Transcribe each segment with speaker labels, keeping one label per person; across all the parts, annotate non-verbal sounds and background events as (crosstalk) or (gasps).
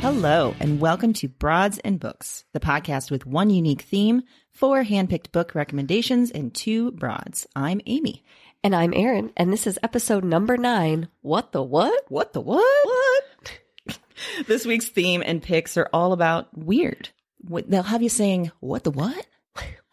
Speaker 1: Hello, and welcome to Broads and Books, the podcast with one unique theme, four handpicked book recommendations, and two broads. I'm Amy.
Speaker 2: And I'm Erin, and this is episode number nine. What the what?
Speaker 1: What the what? What? (laughs) this week's theme and picks are all about weird. What- They'll have you saying, What the (laughs) what?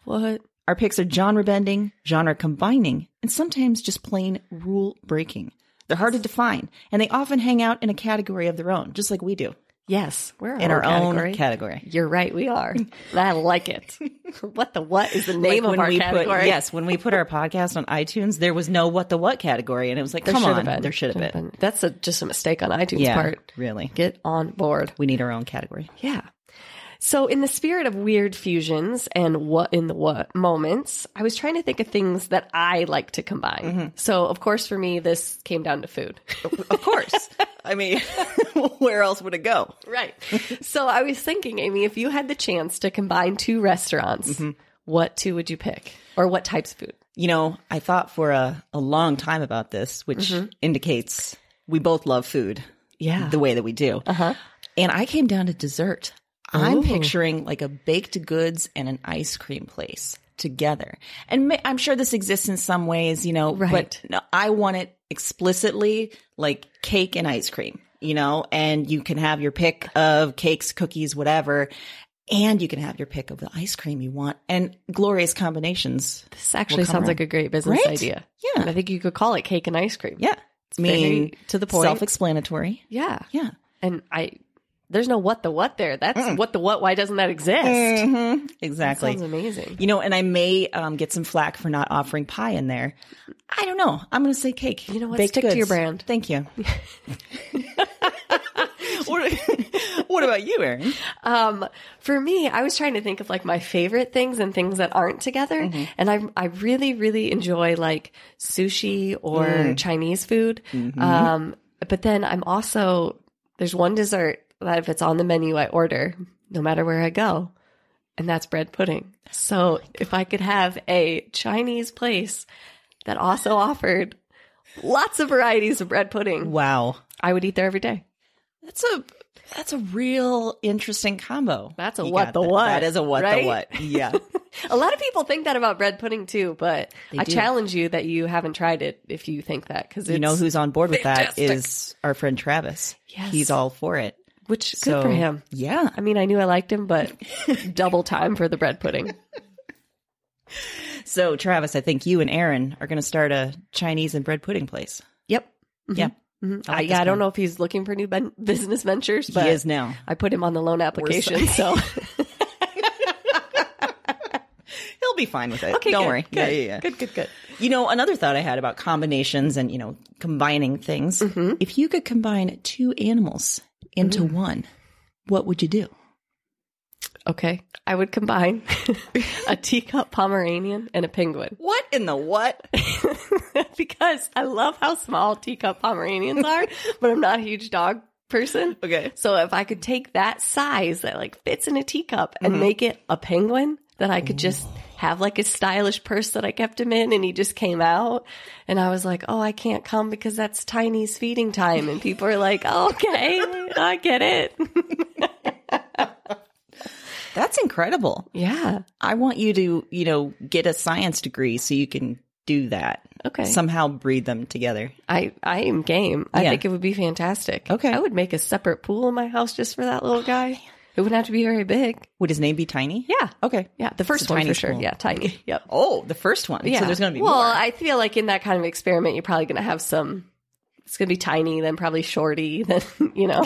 Speaker 2: What?
Speaker 1: Our picks are genre bending, genre combining, and sometimes just plain rule breaking. They're hard to define, and they often hang out in a category of their own, just like we do,
Speaker 2: Yes, we're
Speaker 1: in our own category.
Speaker 2: You're right, we
Speaker 1: (laughs)
Speaker 2: are. I like
Speaker 3: (laughs)
Speaker 2: it. what the what is the name
Speaker 1: Like
Speaker 2: of our
Speaker 1: we
Speaker 2: category?
Speaker 1: Put, yes, when we put our podcast on iTunes, there was no what the what category, and it was like, come
Speaker 2: should
Speaker 1: on,
Speaker 2: have been.
Speaker 1: there should have been.
Speaker 2: That's a, just a mistake on iTunes
Speaker 1: Yeah,
Speaker 2: part.
Speaker 1: really.
Speaker 2: Get on board.
Speaker 1: We need our own category.
Speaker 3: Yeah. So, in the spirit of weird fusions and what in the what moments, I was trying to think of things that I like to combine. So, of course, for me, this came down to food.
Speaker 1: Mm-hmm.
Speaker 3: (laughs)
Speaker 1: Of course. I mean, (laughs) where else would it go?
Speaker 3: right. (laughs) so, I was thinking, Amy, if you had the chance to combine two restaurants, what two would you pick or what types of food?
Speaker 1: You know, I thought for a, a long time about this, which indicates we both love food
Speaker 3: Mm-hmm. Yeah.
Speaker 1: the way that we do. Uh-huh. And I came down to dessert.
Speaker 3: Oh.
Speaker 1: I'm picturing like a baked goods and an ice cream place together. And ma- I'm sure this exists in some ways, you know,
Speaker 3: Right.
Speaker 1: but no, I want it explicitly like cake and ice cream, you know, and you can have your pick of cakes, cookies, whatever. And you can have your pick of the ice cream you want and glorious combinations.
Speaker 3: This actually sounds like a great business
Speaker 1: Right?
Speaker 3: idea.
Speaker 1: Yeah.
Speaker 3: And I think you could call it cake and ice cream.
Speaker 1: Yeah. It's I mean,
Speaker 3: very to the point.
Speaker 1: Self-explanatory.
Speaker 3: Yeah.
Speaker 1: Yeah.
Speaker 3: And I, there's no what the what there. That's what the what. Why doesn't that exist? Mm-hmm.
Speaker 1: Exactly.
Speaker 3: Mm. Sounds amazing.
Speaker 1: You know, and I may um, get some flack for not offering pie in there. I don't know. I'm going to say cake.
Speaker 3: You know what? Stick to your brand. (laughs)
Speaker 1: Thank you. what, what about you, Erin?
Speaker 3: Um, for me, I was trying to think of like my favorite things and things that aren't together. And I, I really, really enjoy like sushi or Chinese food. Um, but then I'm also, there's one dessert that if it's on the menu, I order no matter where I go. And that's bread pudding. So if I could have a Chinese place that also offered lots of varieties of bread pudding,
Speaker 1: Wow,
Speaker 3: I would eat there every day.
Speaker 1: that's a that's a real interesting combo.
Speaker 3: That's a
Speaker 1: You
Speaker 3: what
Speaker 1: got
Speaker 3: the
Speaker 1: that.
Speaker 3: what,
Speaker 1: That is a what
Speaker 3: right?
Speaker 1: the
Speaker 3: (laughs)
Speaker 1: what. Yeah.
Speaker 3: A lot of people think that about bread pudding too, but I
Speaker 1: do.
Speaker 3: challenge you that you haven't tried it if you think that because
Speaker 1: you know who's on board with that is our friend Travis.
Speaker 3: Yes.
Speaker 1: He's all for it.
Speaker 3: which good for him.
Speaker 1: Yeah.
Speaker 3: I mean, I knew I liked him,
Speaker 1: (laughs)
Speaker 3: but double time for the bread pudding.
Speaker 1: So Travis, I think you and Aaron are going to start a Chinese and bread pudding place.
Speaker 3: Yep.
Speaker 1: Yeah.
Speaker 3: Mhm. I, yeah, I don't know if he's looking for new ben- (laughs) business ventures, but
Speaker 1: he is now.
Speaker 3: I put him on the loan application.
Speaker 1: (laughs)
Speaker 3: So
Speaker 1: He'll be fine with it.
Speaker 3: Okay,
Speaker 1: don't
Speaker 3: good,
Speaker 1: worry.
Speaker 3: good,
Speaker 1: yeah, yeah, yeah.
Speaker 3: good, good, good.
Speaker 1: You know, another thought I had about combinations and, you know, combining things. If you could combine two animals into one, what would you do?
Speaker 3: Okay, I would combine (laughs)
Speaker 1: (laughs)
Speaker 3: a teacup Pomeranian and a penguin
Speaker 1: What in the what?
Speaker 3: (laughs) because I love how small teacup Pomeranians are, but I'm not a huge dog person.
Speaker 1: Okay.
Speaker 3: So if I could take that size that like fits in a teacup and make it a penguin that I could just have like a stylish purse that I kept him in and he just came out and I was like, "Oh, I can't come because that's Tiny's feeding time." And people are like, "Okay, I get it." (laughs)
Speaker 1: That's incredible.
Speaker 3: yeah.
Speaker 1: I want you to, you know, get a science degree so you can do that.
Speaker 3: Okay.
Speaker 1: Somehow breed them together.
Speaker 3: I I am game. I
Speaker 1: Yeah.
Speaker 3: think it would be fantastic.
Speaker 1: Okay. Oh,
Speaker 3: I would make a separate pool in my house just for that little guy. It wouldn't have to be very big.
Speaker 1: Would his name be Tiny?
Speaker 3: Yeah.
Speaker 1: Okay.
Speaker 3: Yeah, the first
Speaker 1: It's a
Speaker 3: one
Speaker 1: tiny
Speaker 3: for sure.
Speaker 1: pool.
Speaker 3: Yeah, tiny. Yep.
Speaker 1: Oh, the first one.
Speaker 3: Yeah.
Speaker 1: So there's going to be
Speaker 3: Well, (laughs)
Speaker 1: more.
Speaker 3: I feel like in that kind of experiment, you're probably going to have some. It's going to be tiny, then probably shorty, (laughs) then you know.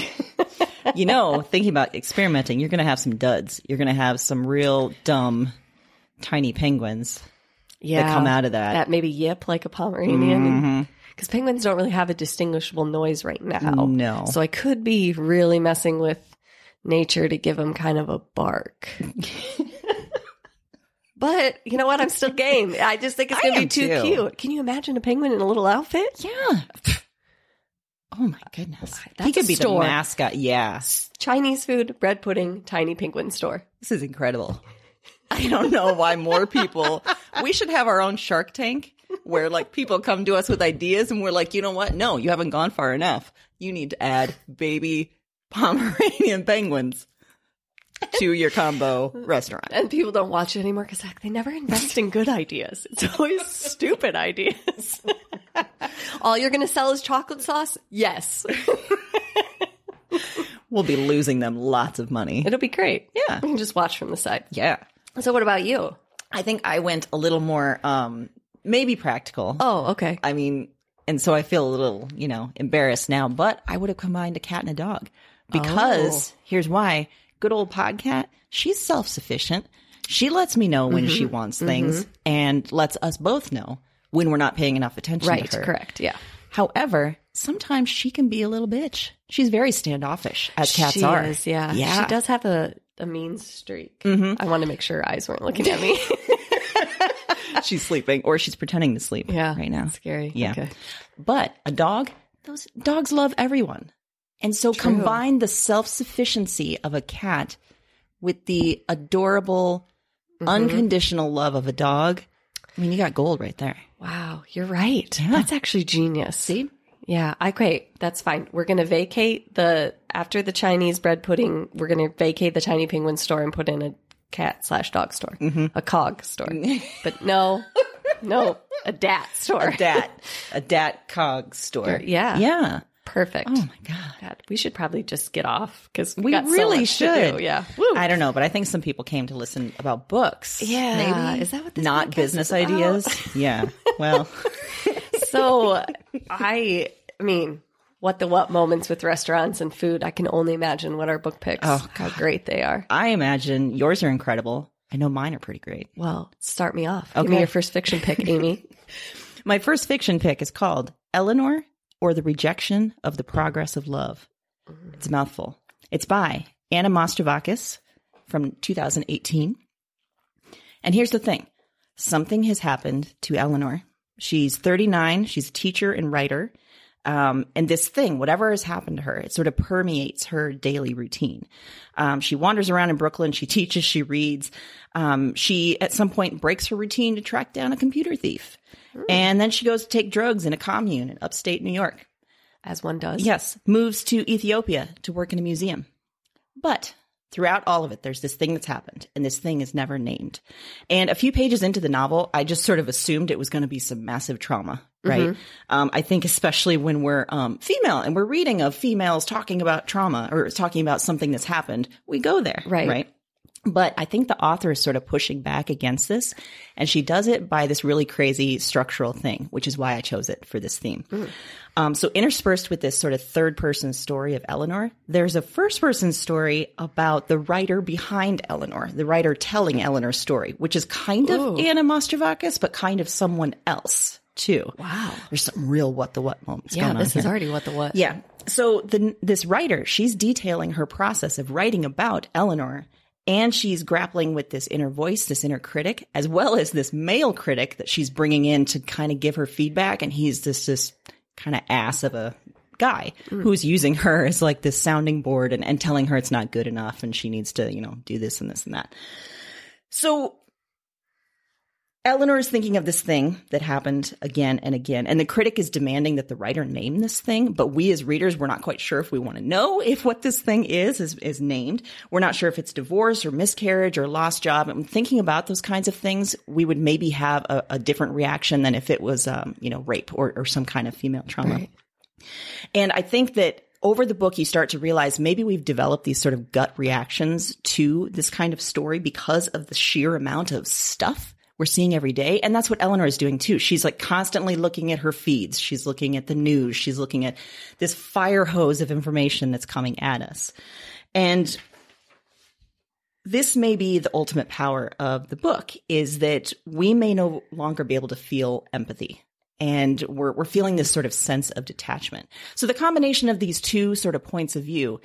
Speaker 1: you know, thinking about experimenting, you're going to have some duds. You're going to have some real dumb, tiny penguins.
Speaker 3: Yeah,
Speaker 1: come out of that. Mm.
Speaker 3: That maybe yip like a Pomeranian. Because penguins don't really have a distinguishable noise right now.
Speaker 1: No.
Speaker 3: So I could be really messing with nature to give them kind of a (laughs) bark. but you know what? I'm still game. I just think it's
Speaker 1: I
Speaker 3: going to be too,
Speaker 1: am too.
Speaker 3: cute. Can you imagine a penguin in a little outfit?
Speaker 1: Yeah. Mm-hmm. Oh my goodness.
Speaker 3: That's
Speaker 1: he could
Speaker 3: a
Speaker 1: be
Speaker 3: store.
Speaker 1: the mascot. Yeah.
Speaker 3: Chinese food, bread pudding, tiny penguin store.
Speaker 1: This is incredible. (laughs) I don't know why more people. We should have our own Shark Tank where like people come to us with ideas and we're like, you know what? No, you haven't gone far enough. You need to add baby Pomeranian penguins to your combo restaurant.
Speaker 3: And people don't watch it anymore because they never invest in good ideas. It's (laughs) always stupid ideas. (laughs) All you're going to sell is chocolate sauce? Yes.
Speaker 1: We'll be losing them lots of money.
Speaker 3: It'll be great.
Speaker 1: Yeah.
Speaker 3: We can just watch from the side.
Speaker 1: Yeah.
Speaker 3: So, what about you?
Speaker 1: I think I went a little more um maybe practical.
Speaker 3: Oh, okay.
Speaker 1: I mean, and so I feel a little, you know, embarrassed now, but I would have combined a cat and a dog because
Speaker 3: Oh.
Speaker 1: here's why good old podcat, she's self sufficient. She lets me know when
Speaker 3: Mm-hmm.
Speaker 1: she wants things and lets us both know when we're not paying enough attention
Speaker 3: Right.
Speaker 1: to her.
Speaker 3: Correct. Yeah.
Speaker 1: However, sometimes she can be a little bitch. She's very standoffish, as cats
Speaker 3: she
Speaker 1: are.
Speaker 3: Is, yeah.
Speaker 1: Yeah. Mm-hmm.
Speaker 3: She does have a, a mean streak. I want to make sure her eyes weren't looking at me.
Speaker 1: (laughs) she's sleeping or she's pretending to sleep
Speaker 3: yeah.
Speaker 1: right now.
Speaker 3: Scary.
Speaker 1: (laughs) Yeah.
Speaker 3: Okay.
Speaker 1: But a dog, those dogs love everyone. And so combine the self sufficiency of a cat with the adorable, Mm-hmm. unconditional love of a dog. I mean, you got gold right there.
Speaker 3: Wow. You're right. That's actually genius.
Speaker 1: See?
Speaker 3: Yeah, I great. That's fine. We're gonna vacate the after the Chinese bread pudding. We're gonna vacate the tiny penguin store and put in a cat slash dog store,
Speaker 1: Mm-hmm.
Speaker 3: a cog
Speaker 1: (laughs)
Speaker 3: store. but no, no, a dat store.
Speaker 1: (laughs) Dat, a dat cog store.
Speaker 3: Yeah.
Speaker 1: Yeah.
Speaker 3: Perfect.
Speaker 1: Oh my God.
Speaker 3: God, we should probably just get off because we,
Speaker 1: We
Speaker 3: got so
Speaker 1: really
Speaker 3: much to
Speaker 1: should.
Speaker 3: do. Yeah.
Speaker 1: I don't know, but I think some people came to listen about books.
Speaker 3: Yeah.
Speaker 1: Maybe.
Speaker 3: Is that what this podcast
Speaker 1: Not
Speaker 3: is
Speaker 1: business
Speaker 3: about? (laughs)
Speaker 1: ideas. yeah. Well,
Speaker 3: so (laughs) I, I mean, what the what moments with restaurants and food? I can only imagine what our book picks.
Speaker 1: Oh,
Speaker 3: how great they are.
Speaker 1: I imagine yours are incredible. I know mine are pretty great.
Speaker 3: Well, start me off. Give me
Speaker 1: Okay.
Speaker 3: your first fiction (laughs) pick, Amy.
Speaker 1: My first fiction pick is called Eleanor or the Rejection of the Progress of Love. It's a mouthful. It's by Anna Mostrovakis from 2018. And here's the thing something has happened to Eleanor. She's 39, she's a teacher and writer. Um, and this thing, whatever has happened to her, it sort of permeates her daily routine. Um, she wanders around in Brooklyn. She (laughs) teaches. She reads. Um, she at some point breaks her routine to track down a computer thief, and then she goes to take drugs in a commune in upstate New York.
Speaker 3: as one does.
Speaker 1: Yes, moves to Ethiopia to work in a museum. But throughout all of it, there's this thing that's happened, and this thing is never named. And a few pages into the novel, I just sort of assumed it was going to be some massive trauma, right? Um, I think especially when we're um, female and we're reading of females talking about trauma or talking about something that's happened, we go there,
Speaker 3: Right.
Speaker 1: Right. But I think the author is sort of pushing back against this, and she does it by this really crazy structural thing, which is why I chose it for this theme.
Speaker 3: Mm.
Speaker 1: Um, so, interspersed with this sort of third person story of Eleanor, there's a first person story about the writer behind Eleanor, the writer telling Eleanor's story, which is kind of Anna Mostrovakis, but kind of someone else too. Wow, there's some real what the what moments.
Speaker 3: Yeah,
Speaker 1: going on
Speaker 3: this is
Speaker 1: here.
Speaker 3: already what the what.
Speaker 1: Yeah. So the, this writer, she's detailing her process of writing about Eleanor, and she's grappling with this inner voice, this inner critic, as well as this male critic that she's bringing in to kind of give her feedback. And he's this this kind of ass of a guy who's using her as like this sounding board and, and telling her it's not good enough and she needs to you know do this and this and that. So Eleanor is thinking of this thing that happened again and again, and the critic is demanding that the writer name this thing, but we as readers, we're not quite sure if we want to know if what this thing is, is, is named. We're not sure if it's divorce or miscarriage or lost job. And thinking about those kinds of things, we would maybe have a, a different reaction than if it was, um, you know, rape or, or some kind of female trauma. And I think that over the book, you start to realize maybe we've developed these sort of gut reactions to this kind of story because of the sheer amount of stuff we're seeing every day. And that's what Eleanor is doing too. She's like constantly looking at her feeds. She's looking at the news. She's looking at this fire hose of information that's coming at us. And this may be the ultimate power of the book is that we may no longer be able to feel empathy and we're, we're feeling this sort of sense of detachment so the combination of these two sort of points of view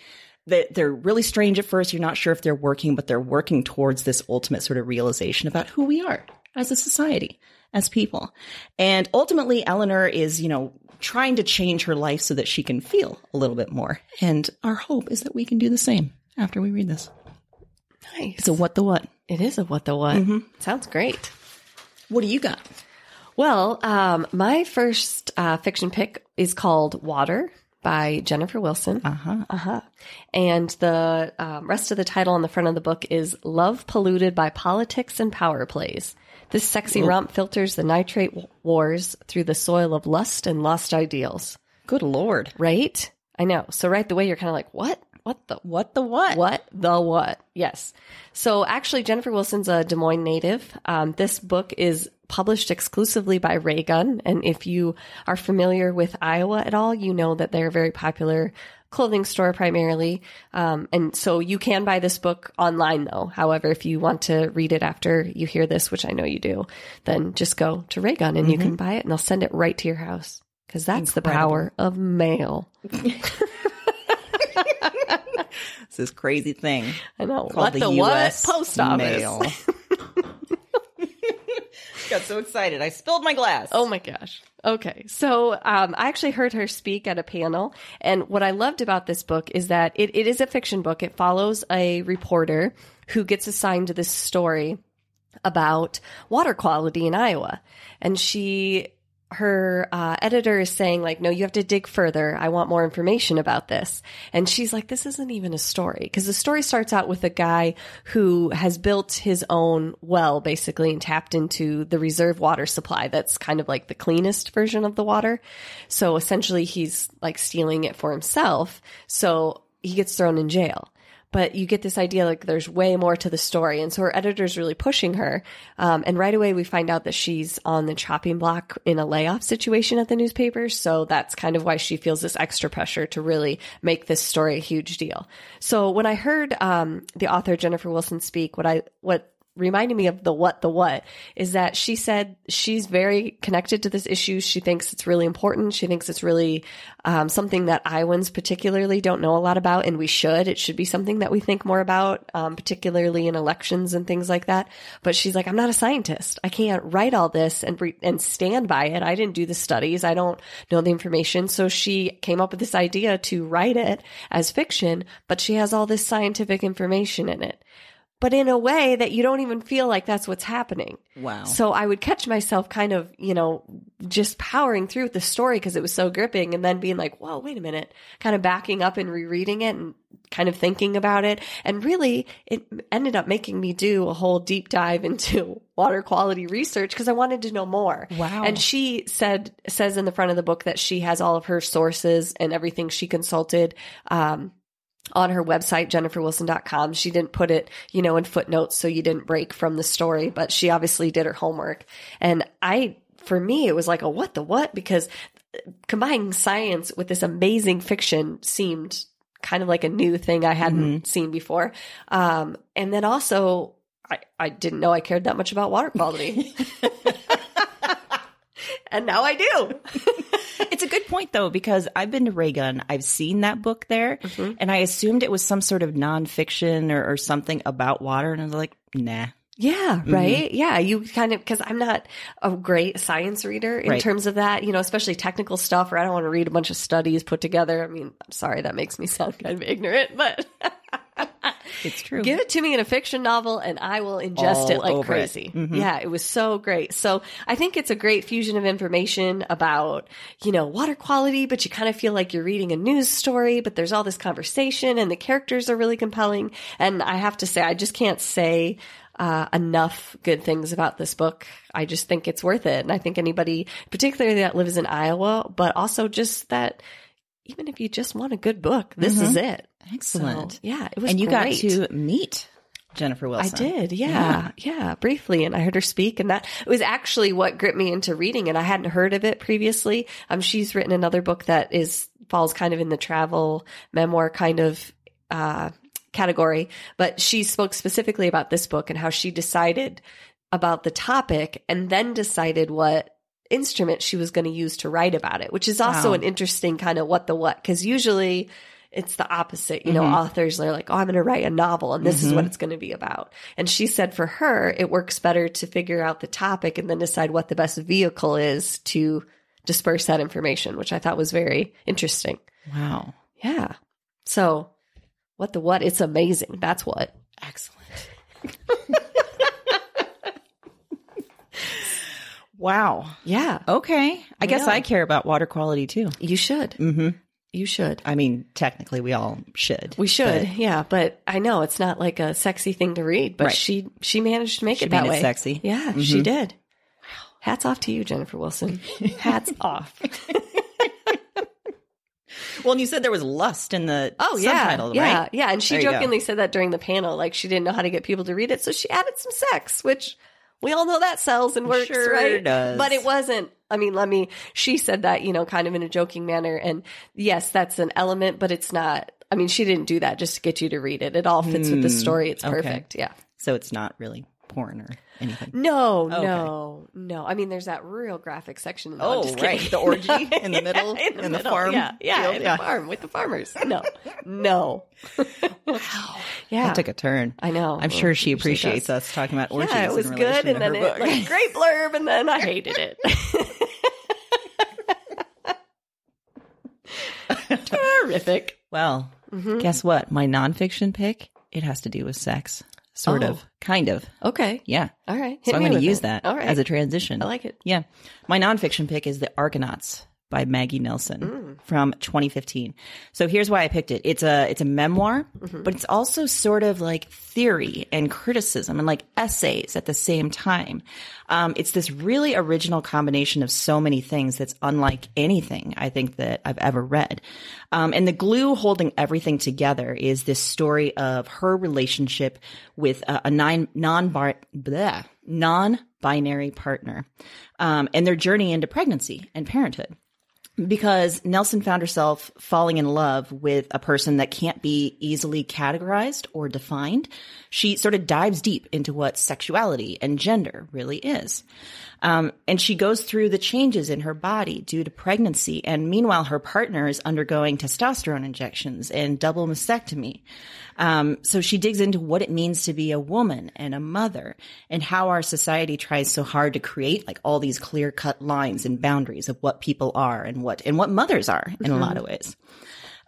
Speaker 1: that they're really strange at first you're not sure if they're working but they're working towards this ultimate sort of realization about who we are as a society as people and ultimately eleanor is you know trying to change her life so that she can feel a little bit more and our hope is that we can do the same after we read this
Speaker 3: Nice.
Speaker 1: so what the what
Speaker 3: It is a what the what. Sounds great.
Speaker 1: what do you got
Speaker 3: Well, um, my first uh, fiction pick is called Water by Jennifer Wilson. Uh huh. Uh huh. And the um, rest of the title on the front of the book is Love Polluted by Politics and Power Plays. This sexy romp filters the nitrate w- wars through the soil of lust and lost ideals.
Speaker 1: good lord
Speaker 3: Right? I know. So right the way you're kind of like, what? What the
Speaker 1: what the what
Speaker 3: what the what? Yes. So actually, Jennifer Wilson's a Des Moines native. Um, this book is published exclusively by Raygun, and if you are familiar with Iowa at all, you know that they're a very popular clothing store primarily. Um, and so you can buy this book online though. However, if you want to read it after you hear this, which I know you do, then just go to Raygun and you
Speaker 1: Mm-hmm.
Speaker 3: can buy it, and they'll send it right to your house because that's the power of mail.
Speaker 1: it's this crazy thing
Speaker 3: I know.
Speaker 1: called
Speaker 3: what the, what?
Speaker 1: US
Speaker 3: Post office.
Speaker 1: mail. (laughs) Got so excited, I spilled my glass.
Speaker 3: Oh my gosh. Okay. So um, I actually heard her speak at a panel. And what I loved about this book is that it, it is a fiction book. It follows a reporter who gets assigned to this story about water quality in Iowa. And she, her uh, editor is saying, like, no, you have to dig further. I want more information about this. And she's like, this isn't even a story. Because the story starts out with a guy who has built his own well, basically, and tapped into the reserve water supply that's kind of like the cleanest version of the water. So essentially, he's like stealing it for himself. So he gets thrown in jail but you get this idea like there's way more to the story and so her editor's really pushing her um, and right away we find out that she's on the chopping block in a layoff situation at the newspaper so that's kind of why she feels this extra pressure to really make this story a huge deal so when i heard um, the author jennifer wilson speak what i what reminded me of the what the what is that she said she's very connected to this issue she thinks it's really important she thinks it's really um, something that iowans particularly don't know a lot about and we should it should be something that we think more about um, particularly in elections and things like that but she's like i'm not a scientist i can't write all this and re- and stand by it i didn't do the studies i don't know the information so she came up with this idea to write it as fiction but she has all this scientific information in it but in a way that you don't even feel like that's what's happening.
Speaker 1: Wow.
Speaker 3: So I would catch myself kind of, you know, just powering through with the story because it was so gripping and then being like, whoa, wait a minute, kind of backing up and rereading it and kind of thinking about it. And really, it ended up making me do a whole deep dive (laughs) into water quality research because I wanted to know more.
Speaker 1: Wow.
Speaker 3: And she said, says in the front of the book that she has all of her sources and everything she consulted. Um, on her website, jenniferwilson.com. She didn't put it, you know, in footnotes so you didn't break from the story, but she obviously did her homework. And I, for me, it was like a what the what because combining science with this amazing fiction seemed kind of like a new thing I hadn't seen before. Um, and then also, I, I didn't know I cared that much about water quality. (laughs) and now I do.
Speaker 1: It's a good point though, because I've been to Raygun. I've seen that book there and I assumed it was some sort of nonfiction or, or something about water. And I was like, nah.
Speaker 3: Yeah, right. Yeah, you kind of because I'm not a great science reader in
Speaker 1: Right.
Speaker 3: terms of that, you know, especially technical stuff. Or I don't want to read a bunch of studies put together. I mean, I'm sorry that makes me sound kind of ignorant, but (laughs)
Speaker 1: It's true.
Speaker 3: give it to me in a fiction novel, and I will ingest
Speaker 1: All
Speaker 3: it like
Speaker 1: over it. Mm-hmm.
Speaker 3: crazy. Yeah, it was so great. So I think it's a great fusion of information about you know water quality, but you kind of feel like you're reading a news story. But there's all this conversation, and the characters are really compelling. And I have to say, I just can't say uh, enough good things about this book. I just think it's worth it. And I think anybody, particularly that lives in Iowa, but also just that, even if you just want a good book, this is it.
Speaker 1: Mm-hmm. Excellent.
Speaker 3: So, yeah, it was
Speaker 1: and you
Speaker 3: great.
Speaker 1: got to meet Jennifer Wilson.
Speaker 3: I did, yeah, yeah, briefly, and I heard her speak, and that was actually what gripped me into reading, and I hadn't heard of it previously. Um, she's written another book that is falls kind of in the travel memoir kind of uh, category, but she spoke specifically about this book and how she decided about the topic, and then decided what instrument she was going to use to write about it, which is also
Speaker 1: Wow.
Speaker 3: an interesting kind of what the what, because usually it's the opposite. You know, authors are like, oh, I'm going to write a novel and this is what it's going to be about. And she said for her, it works better to figure out the topic and then decide what the best vehicle is to disperse that information, which I thought was very interesting.
Speaker 1: Wow.
Speaker 3: Yeah. So, what the what? It's amazing. That's what.
Speaker 1: Excellent. wow.
Speaker 3: Yeah.
Speaker 1: Okay. I guess
Speaker 3: Yeah.
Speaker 1: I care about water quality too.
Speaker 3: You should.
Speaker 1: Mhm.
Speaker 3: You should.
Speaker 1: I mean, technically, we all should.
Speaker 3: We should,
Speaker 1: but
Speaker 3: yeah. But I know it's not like a sexy thing to read, but
Speaker 1: Right.
Speaker 3: she she managed to make
Speaker 1: She
Speaker 3: it that
Speaker 1: made it
Speaker 3: way.
Speaker 1: sexy. Mm-hmm.
Speaker 3: Yeah, she did. Hats off to you, Jennifer Wilson.
Speaker 1: (laughs)
Speaker 3: Hats (laughs) off.
Speaker 1: Well, and you said there was lust in the
Speaker 3: Oh yeah,
Speaker 1: subtitle,
Speaker 3: yeah,
Speaker 1: right?
Speaker 3: yeah. And she
Speaker 1: There you go.
Speaker 3: jokingly said that during the panel, like she didn't know how to get people to read it, so she added some sex, which we all know that sells and works,
Speaker 1: Sure
Speaker 3: right?
Speaker 1: does.
Speaker 3: But it wasn't. I mean, let me. She said that you know, kind of in a joking manner, and yes, that's an element, but it's not. I mean, she didn't do that just to get you to read it. It all fits with the story. It's
Speaker 1: Hmm, okay.
Speaker 3: perfect. Yeah.
Speaker 1: So it's not really porn or anything.
Speaker 3: No,
Speaker 1: Oh,
Speaker 3: no, no. I mean, there's that real graphic section. No, I'm just kidding.
Speaker 1: The (laughs) orgy Oh, in the
Speaker 3: (laughs)
Speaker 1: middle,
Speaker 3: in the, middle,
Speaker 1: farm.
Speaker 3: yeah, yeah,
Speaker 1: field,
Speaker 3: in the farm with the farmers. No,
Speaker 1: (laughs)
Speaker 3: no. wow. (laughs) Yeah,
Speaker 1: That took a turn.
Speaker 3: I know.
Speaker 1: I'm
Speaker 3: Well,
Speaker 1: sure she
Speaker 3: usually
Speaker 1: appreciates
Speaker 3: does.
Speaker 1: us talking about orgies.
Speaker 3: Yeah, it was
Speaker 1: in
Speaker 3: good, and then
Speaker 1: relation
Speaker 3: it,
Speaker 1: to her book.
Speaker 3: like, great blurb, and then I hated it. Terrific.
Speaker 1: (laughs) Well,
Speaker 3: Mm-hmm.
Speaker 1: guess what? My nonfiction pick it has to do with sex, sort
Speaker 3: Oh.
Speaker 1: of, kind of.
Speaker 3: Okay.
Speaker 1: Yeah.
Speaker 3: All right.
Speaker 1: so I'm going to use
Speaker 3: it.
Speaker 1: that
Speaker 3: All right.
Speaker 1: as a transition.
Speaker 3: I like it.
Speaker 1: Yeah. My nonfiction pick is The Argonauts by Maggie Nelson
Speaker 3: Mm.
Speaker 1: from 2015. So here's why I picked it. It's a it's a memoir,
Speaker 3: Mm-hmm.
Speaker 1: but it's also sort of like theory and criticism and like essays at the same time. Um, it's this really original combination of so many things that's unlike anything I think that I've ever read. Um, and the glue holding everything together is this story of her relationship with a, a nine non bar bleh non binary partner um, and their journey into pregnancy and parenthood. Because Nelson found herself falling in love with a person that can't be easily categorized or defined, she sort of dives deep into what sexuality and gender really is. Um, and she goes through the changes in her body due to pregnancy. And meanwhile, her partner is undergoing testosterone injections and double mastectomy. Um, so she digs into what it means to be a woman and a mother and how our society tries so hard to create like all these clear cut lines and boundaries of what people are and what, and what mothers are in a lot of ways.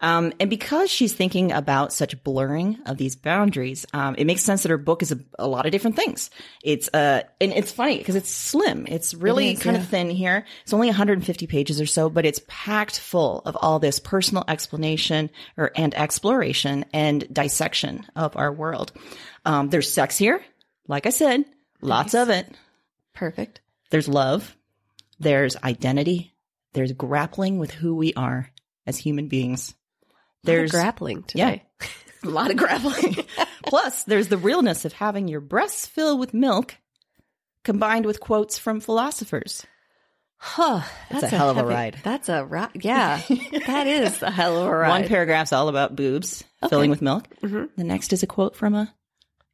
Speaker 1: Um, and because she's thinking about such blurring of these boundaries, um, it makes sense that her book is a, a lot of different things. It's uh, and it's funny because it's slim. It's really kind of thin here. It's only 150 pages or so, but it's packed full of all this personal explanation or and exploration and dissection of our world. Um, there's sex here, like I said, lots of it.
Speaker 3: Perfect.
Speaker 1: There's love. There's identity. There's grappling with who we are as human beings.
Speaker 3: There's
Speaker 1: There's
Speaker 3: grappling today.
Speaker 1: yeah. (laughs) a lot
Speaker 3: (laughs)
Speaker 1: of graveling. Plus, there's the realness of having your breasts fill with milk combined with quotes from philosophers.
Speaker 3: Huh.
Speaker 1: That's a hell of a
Speaker 3: heavy-
Speaker 1: ride.
Speaker 3: That's a ride. Yeah. that is a hell of a ride.
Speaker 1: One paragraph's all about boobs filling with milk. The next is a quote from a,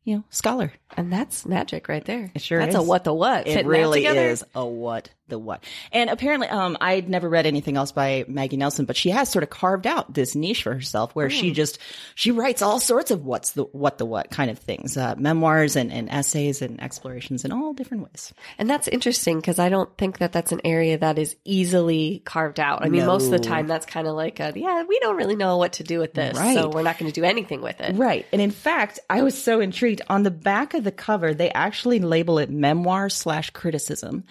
Speaker 1: you know, scholar.
Speaker 3: and that's magic right there.
Speaker 1: It sure
Speaker 3: that's
Speaker 1: is.
Speaker 3: a what the what.
Speaker 1: It
Speaker 3: Fitting that
Speaker 1: really
Speaker 3: together?
Speaker 1: is a what the what. And apparently, um, I'd never read anything else by Maggie Nelson, but she has sort of carved out this niche for herself where she just, she writes all sorts of what's the, what the what kind of things, uh, memoirs and, and essays and explorations in all different ways.
Speaker 3: And that's interesting because I don't think that that's an area that is easily carved out. I mean, most of the time that's kind of like, a, yeah, we don't really know what to do with this, so
Speaker 1: Right.
Speaker 3: we're not going to do anything with it.
Speaker 1: Right. And in fact, I was so intrigued. On the back of the cover, they actually label it memoir slash criticism.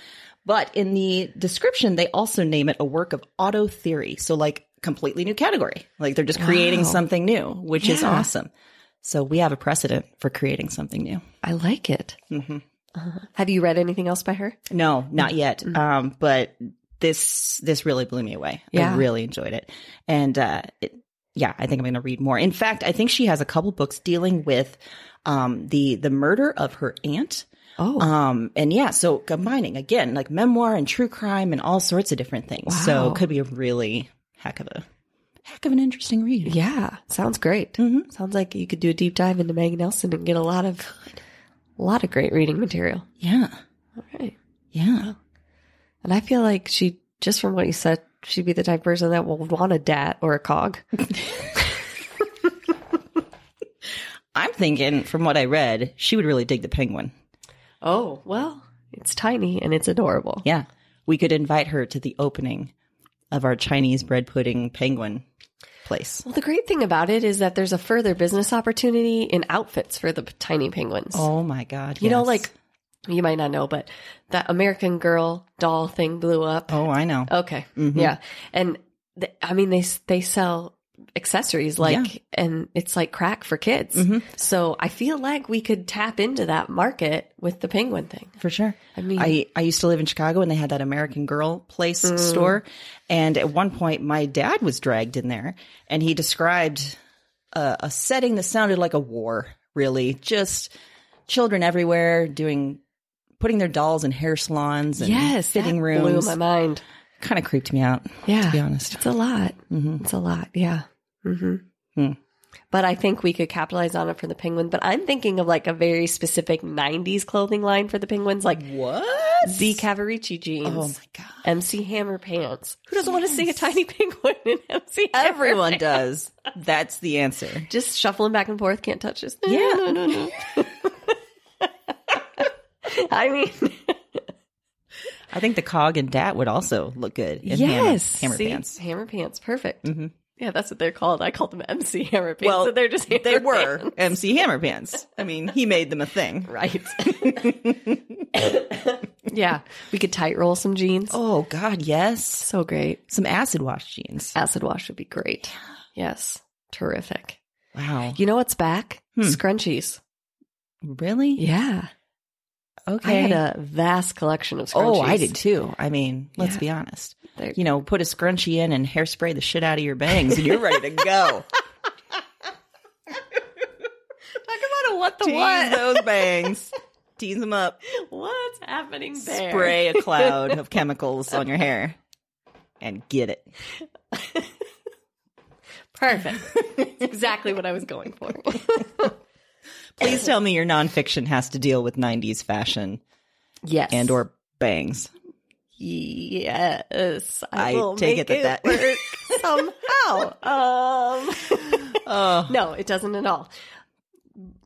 Speaker 1: But in the description, they also name it a work of auto theory. So, like, completely new category. Like, they're just creating something new, which is awesome. So, we have a precedent for creating something new.
Speaker 3: I like it. Uh-huh. Have you read anything else by her?
Speaker 1: No, not yet.
Speaker 3: Mm-hmm.
Speaker 1: Um, but this this really blew me away.
Speaker 3: Yeah.
Speaker 1: I really enjoyed it, and uh, it, yeah, I think I'm going to read more. In fact, I think she has a couple books dealing with um, the the murder of her aunt.
Speaker 3: Oh.
Speaker 1: um, and yeah, so combining again like memoir and true crime and all sorts of different things. So
Speaker 3: Wow.
Speaker 1: it could be a really heck of a heck of an interesting read.
Speaker 3: Yeah, sounds great. Sounds like you could do a deep dive into Maggie Nelson and get a lot of a lot of great reading material.
Speaker 1: yeah,
Speaker 3: All right.
Speaker 1: yeah.
Speaker 3: And I feel like she just from what you said, she'd be the type of person that will want a dat or a
Speaker 1: (laughs)
Speaker 3: cog.
Speaker 1: I'm thinking from what I read, she would really dig the penguin.
Speaker 3: Oh, well, it's tiny and it's adorable.
Speaker 1: Yeah. We could invite her to the opening of our Chinese bread pudding penguin place.
Speaker 3: Well, the great thing about it is that there's a further business opportunity in outfits for the p- tiny penguins.
Speaker 1: Oh my God.
Speaker 3: you know,
Speaker 1: yes.
Speaker 3: like you might not know, but that American Girl doll thing blew up.
Speaker 1: Oh, I know.
Speaker 3: Okay,
Speaker 1: Mm-hmm.
Speaker 3: yeah, and th- I mean they s- they sell accessories like, and it's like crack for kids.
Speaker 1: Mm-hmm.
Speaker 3: So I feel like we could tap into that market with the penguin thing.
Speaker 1: For sure.
Speaker 3: I mean- Mm.
Speaker 1: I, I used to live in Chicago and they had that American Girl place store. And at one point, my dad was dragged in there and he described a, a setting that sounded like a war, really. Just children everywhere doing, putting their dolls in hair salons and fitting
Speaker 3: that
Speaker 1: rooms.
Speaker 3: blew my mind.
Speaker 1: Kind of creeped me out.
Speaker 3: Yeah,
Speaker 1: be honest. Mm-hmm.
Speaker 3: it's a lot. It's a lot. Yeah. hmm
Speaker 1: Hmm.
Speaker 3: But I think we could capitalize on it for the penguin. But I'm thinking of like a very specific '90s clothing line for the penguins, like
Speaker 1: What?
Speaker 3: Z Cavaricci jeans.
Speaker 1: Oh my God.
Speaker 3: MC Hammer pants. Who doesn't want to see a tiny (laughs) penguin in MC Hammer? (laughs)
Speaker 1: Everyone does. That's the answer.
Speaker 3: Just shuffling back and forth, can't touch this.
Speaker 1: Yeah.
Speaker 3: No, no, no. (laughs) I mean,
Speaker 1: I think the cog and dat would also look good. In
Speaker 3: yes.
Speaker 1: Hammer, hammer
Speaker 3: See? (laughs)
Speaker 1: pants. Mm-hmm.
Speaker 3: Hammer pants, perfect. Yeah, that's what they're called. I called them MC Hammer pants.
Speaker 1: Well,
Speaker 3: so they're just hammer
Speaker 1: They
Speaker 3: (laughs)
Speaker 1: were (laughs)
Speaker 3: pants.
Speaker 1: MC Hammer pants. I mean, he made them a thing.
Speaker 3: Right. yeah. We could tight roll some jeans.
Speaker 1: (laughs) Oh God, yes.
Speaker 3: so Uh, great.
Speaker 1: Some acid wash jeans.
Speaker 3: Acid wash would be great. Yes. Terrific.
Speaker 1: Wow.
Speaker 3: You know what's back?
Speaker 1: Hmm.
Speaker 3: Scrunchies.
Speaker 1: Really?
Speaker 3: Yeah. I
Speaker 1: Okay.
Speaker 3: had a vast collection of scrunchies.
Speaker 1: oh, I did too. I mean, let's be honest.
Speaker 3: They're-
Speaker 1: You know, put a scrunchie in and hairspray the shit out of your bangs, and you're ready to go.
Speaker 3: Talk about a (laughs) what the
Speaker 1: Tease
Speaker 3: what? (laughs)
Speaker 1: those bangs. Tease them up.
Speaker 3: What's happening there?
Speaker 1: spray a cloud of chemicals on your hair and get it.
Speaker 3: Perfect. That's exactly what I was going for.
Speaker 1: Please tell me your nonfiction has to deal with 90s fashion
Speaker 3: yes.
Speaker 1: and or bangs.
Speaker 3: yes. I,
Speaker 1: I
Speaker 3: will
Speaker 1: take
Speaker 3: make
Speaker 1: it that that- (laughs)
Speaker 3: work somehow. Um,
Speaker 1: Oh,
Speaker 3: no, it doesn't at all.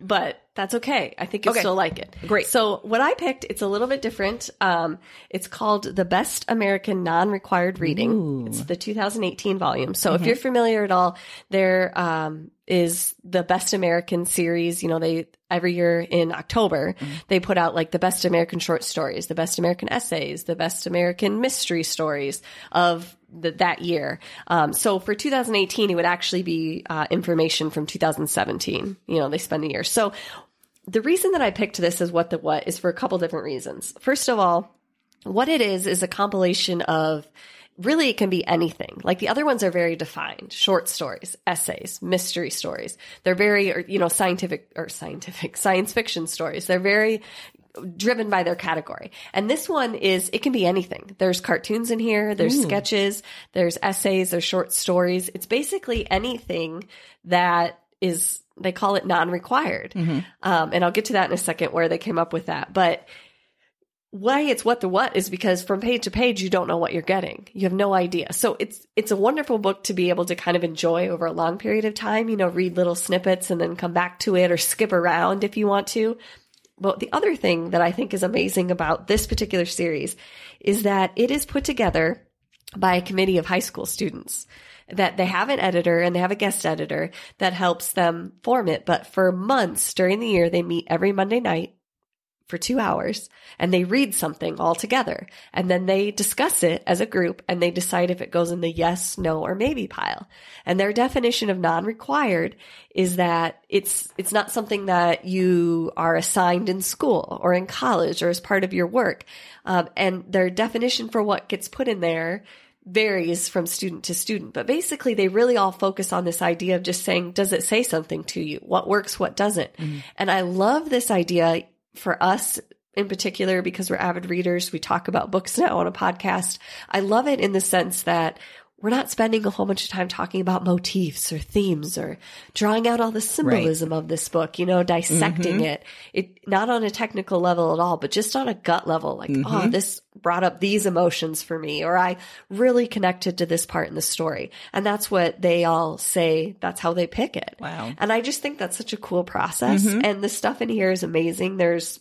Speaker 3: But that's okay. I think you'll
Speaker 1: Okay.
Speaker 3: still like it.
Speaker 1: Great.
Speaker 3: So what I picked, it's a little bit different. Um, it's called The Best American Non-Required Reading. It's the 2018 volume. So
Speaker 1: Mm-hmm.
Speaker 3: if you're familiar at all, there um, is the Best American series. You know, they every year in October
Speaker 1: Mm-hmm.
Speaker 3: they put out like the best American short stories, the best American essays, the best American mystery stories of the, that year. Um, so for 2018, it would actually be uh, information from 2017. You know, they spend a year. So the reason that I picked this as what the what is for a couple different reasons. First of all, what it is is a compilation of really it can be anything. Like the other ones are very defined: short stories, essays, mystery stories. They're very, or, you know, scientific or scientific (laughs) science fiction stories. They're very driven by their category. And this one is it can be anything. There's cartoons in here, there's sketches, there's essays, there's short stories. It's basically anything that is they call it non-required. Um, and I'll get to that in a second where they came up with that. But why it's what the what is because from page to page you don't know what you're getting. You have no idea. So it's it's a wonderful book to be able to kind of enjoy over a long period of time, you know, read little snippets and then come back to it or skip around if you want to. But the other thing that I think is amazing about this particular series is that it is put together by a committee of high school students that they have an editor and they have a guest editor that helps them form it. But for months during the year, they meet every Monday night for two hours and they read something all together and then they discuss it as a group and they decide if it goes in the yes, no, or maybe pile. And their definition of non-required is that it's, it's not something that you are assigned in school or in college or as part of your work. Um, and their definition for what gets put in there varies from student to student, but basically they really all focus on this idea of just saying, does it say something to you? What works? What doesn't? And I love this idea for us in particular because we're avid readers. We talk about books now on a podcast. I love it in the sense that we're not spending a whole bunch of time talking about motifs or themes or drawing out all the symbolism of this book, you know, dissecting
Speaker 1: Mm-hmm.
Speaker 3: it. It not on a technical level at all, but just on a gut level, like, oh,
Speaker 1: Mm-hmm.
Speaker 3: this brought up these emotions for me, or I really connected to this part in the story. And that's what they all say. That's how they pick it.
Speaker 1: Wow. Mm-hmm.
Speaker 3: And I just think that's such a cool process. And the stuff in here is amazing. There's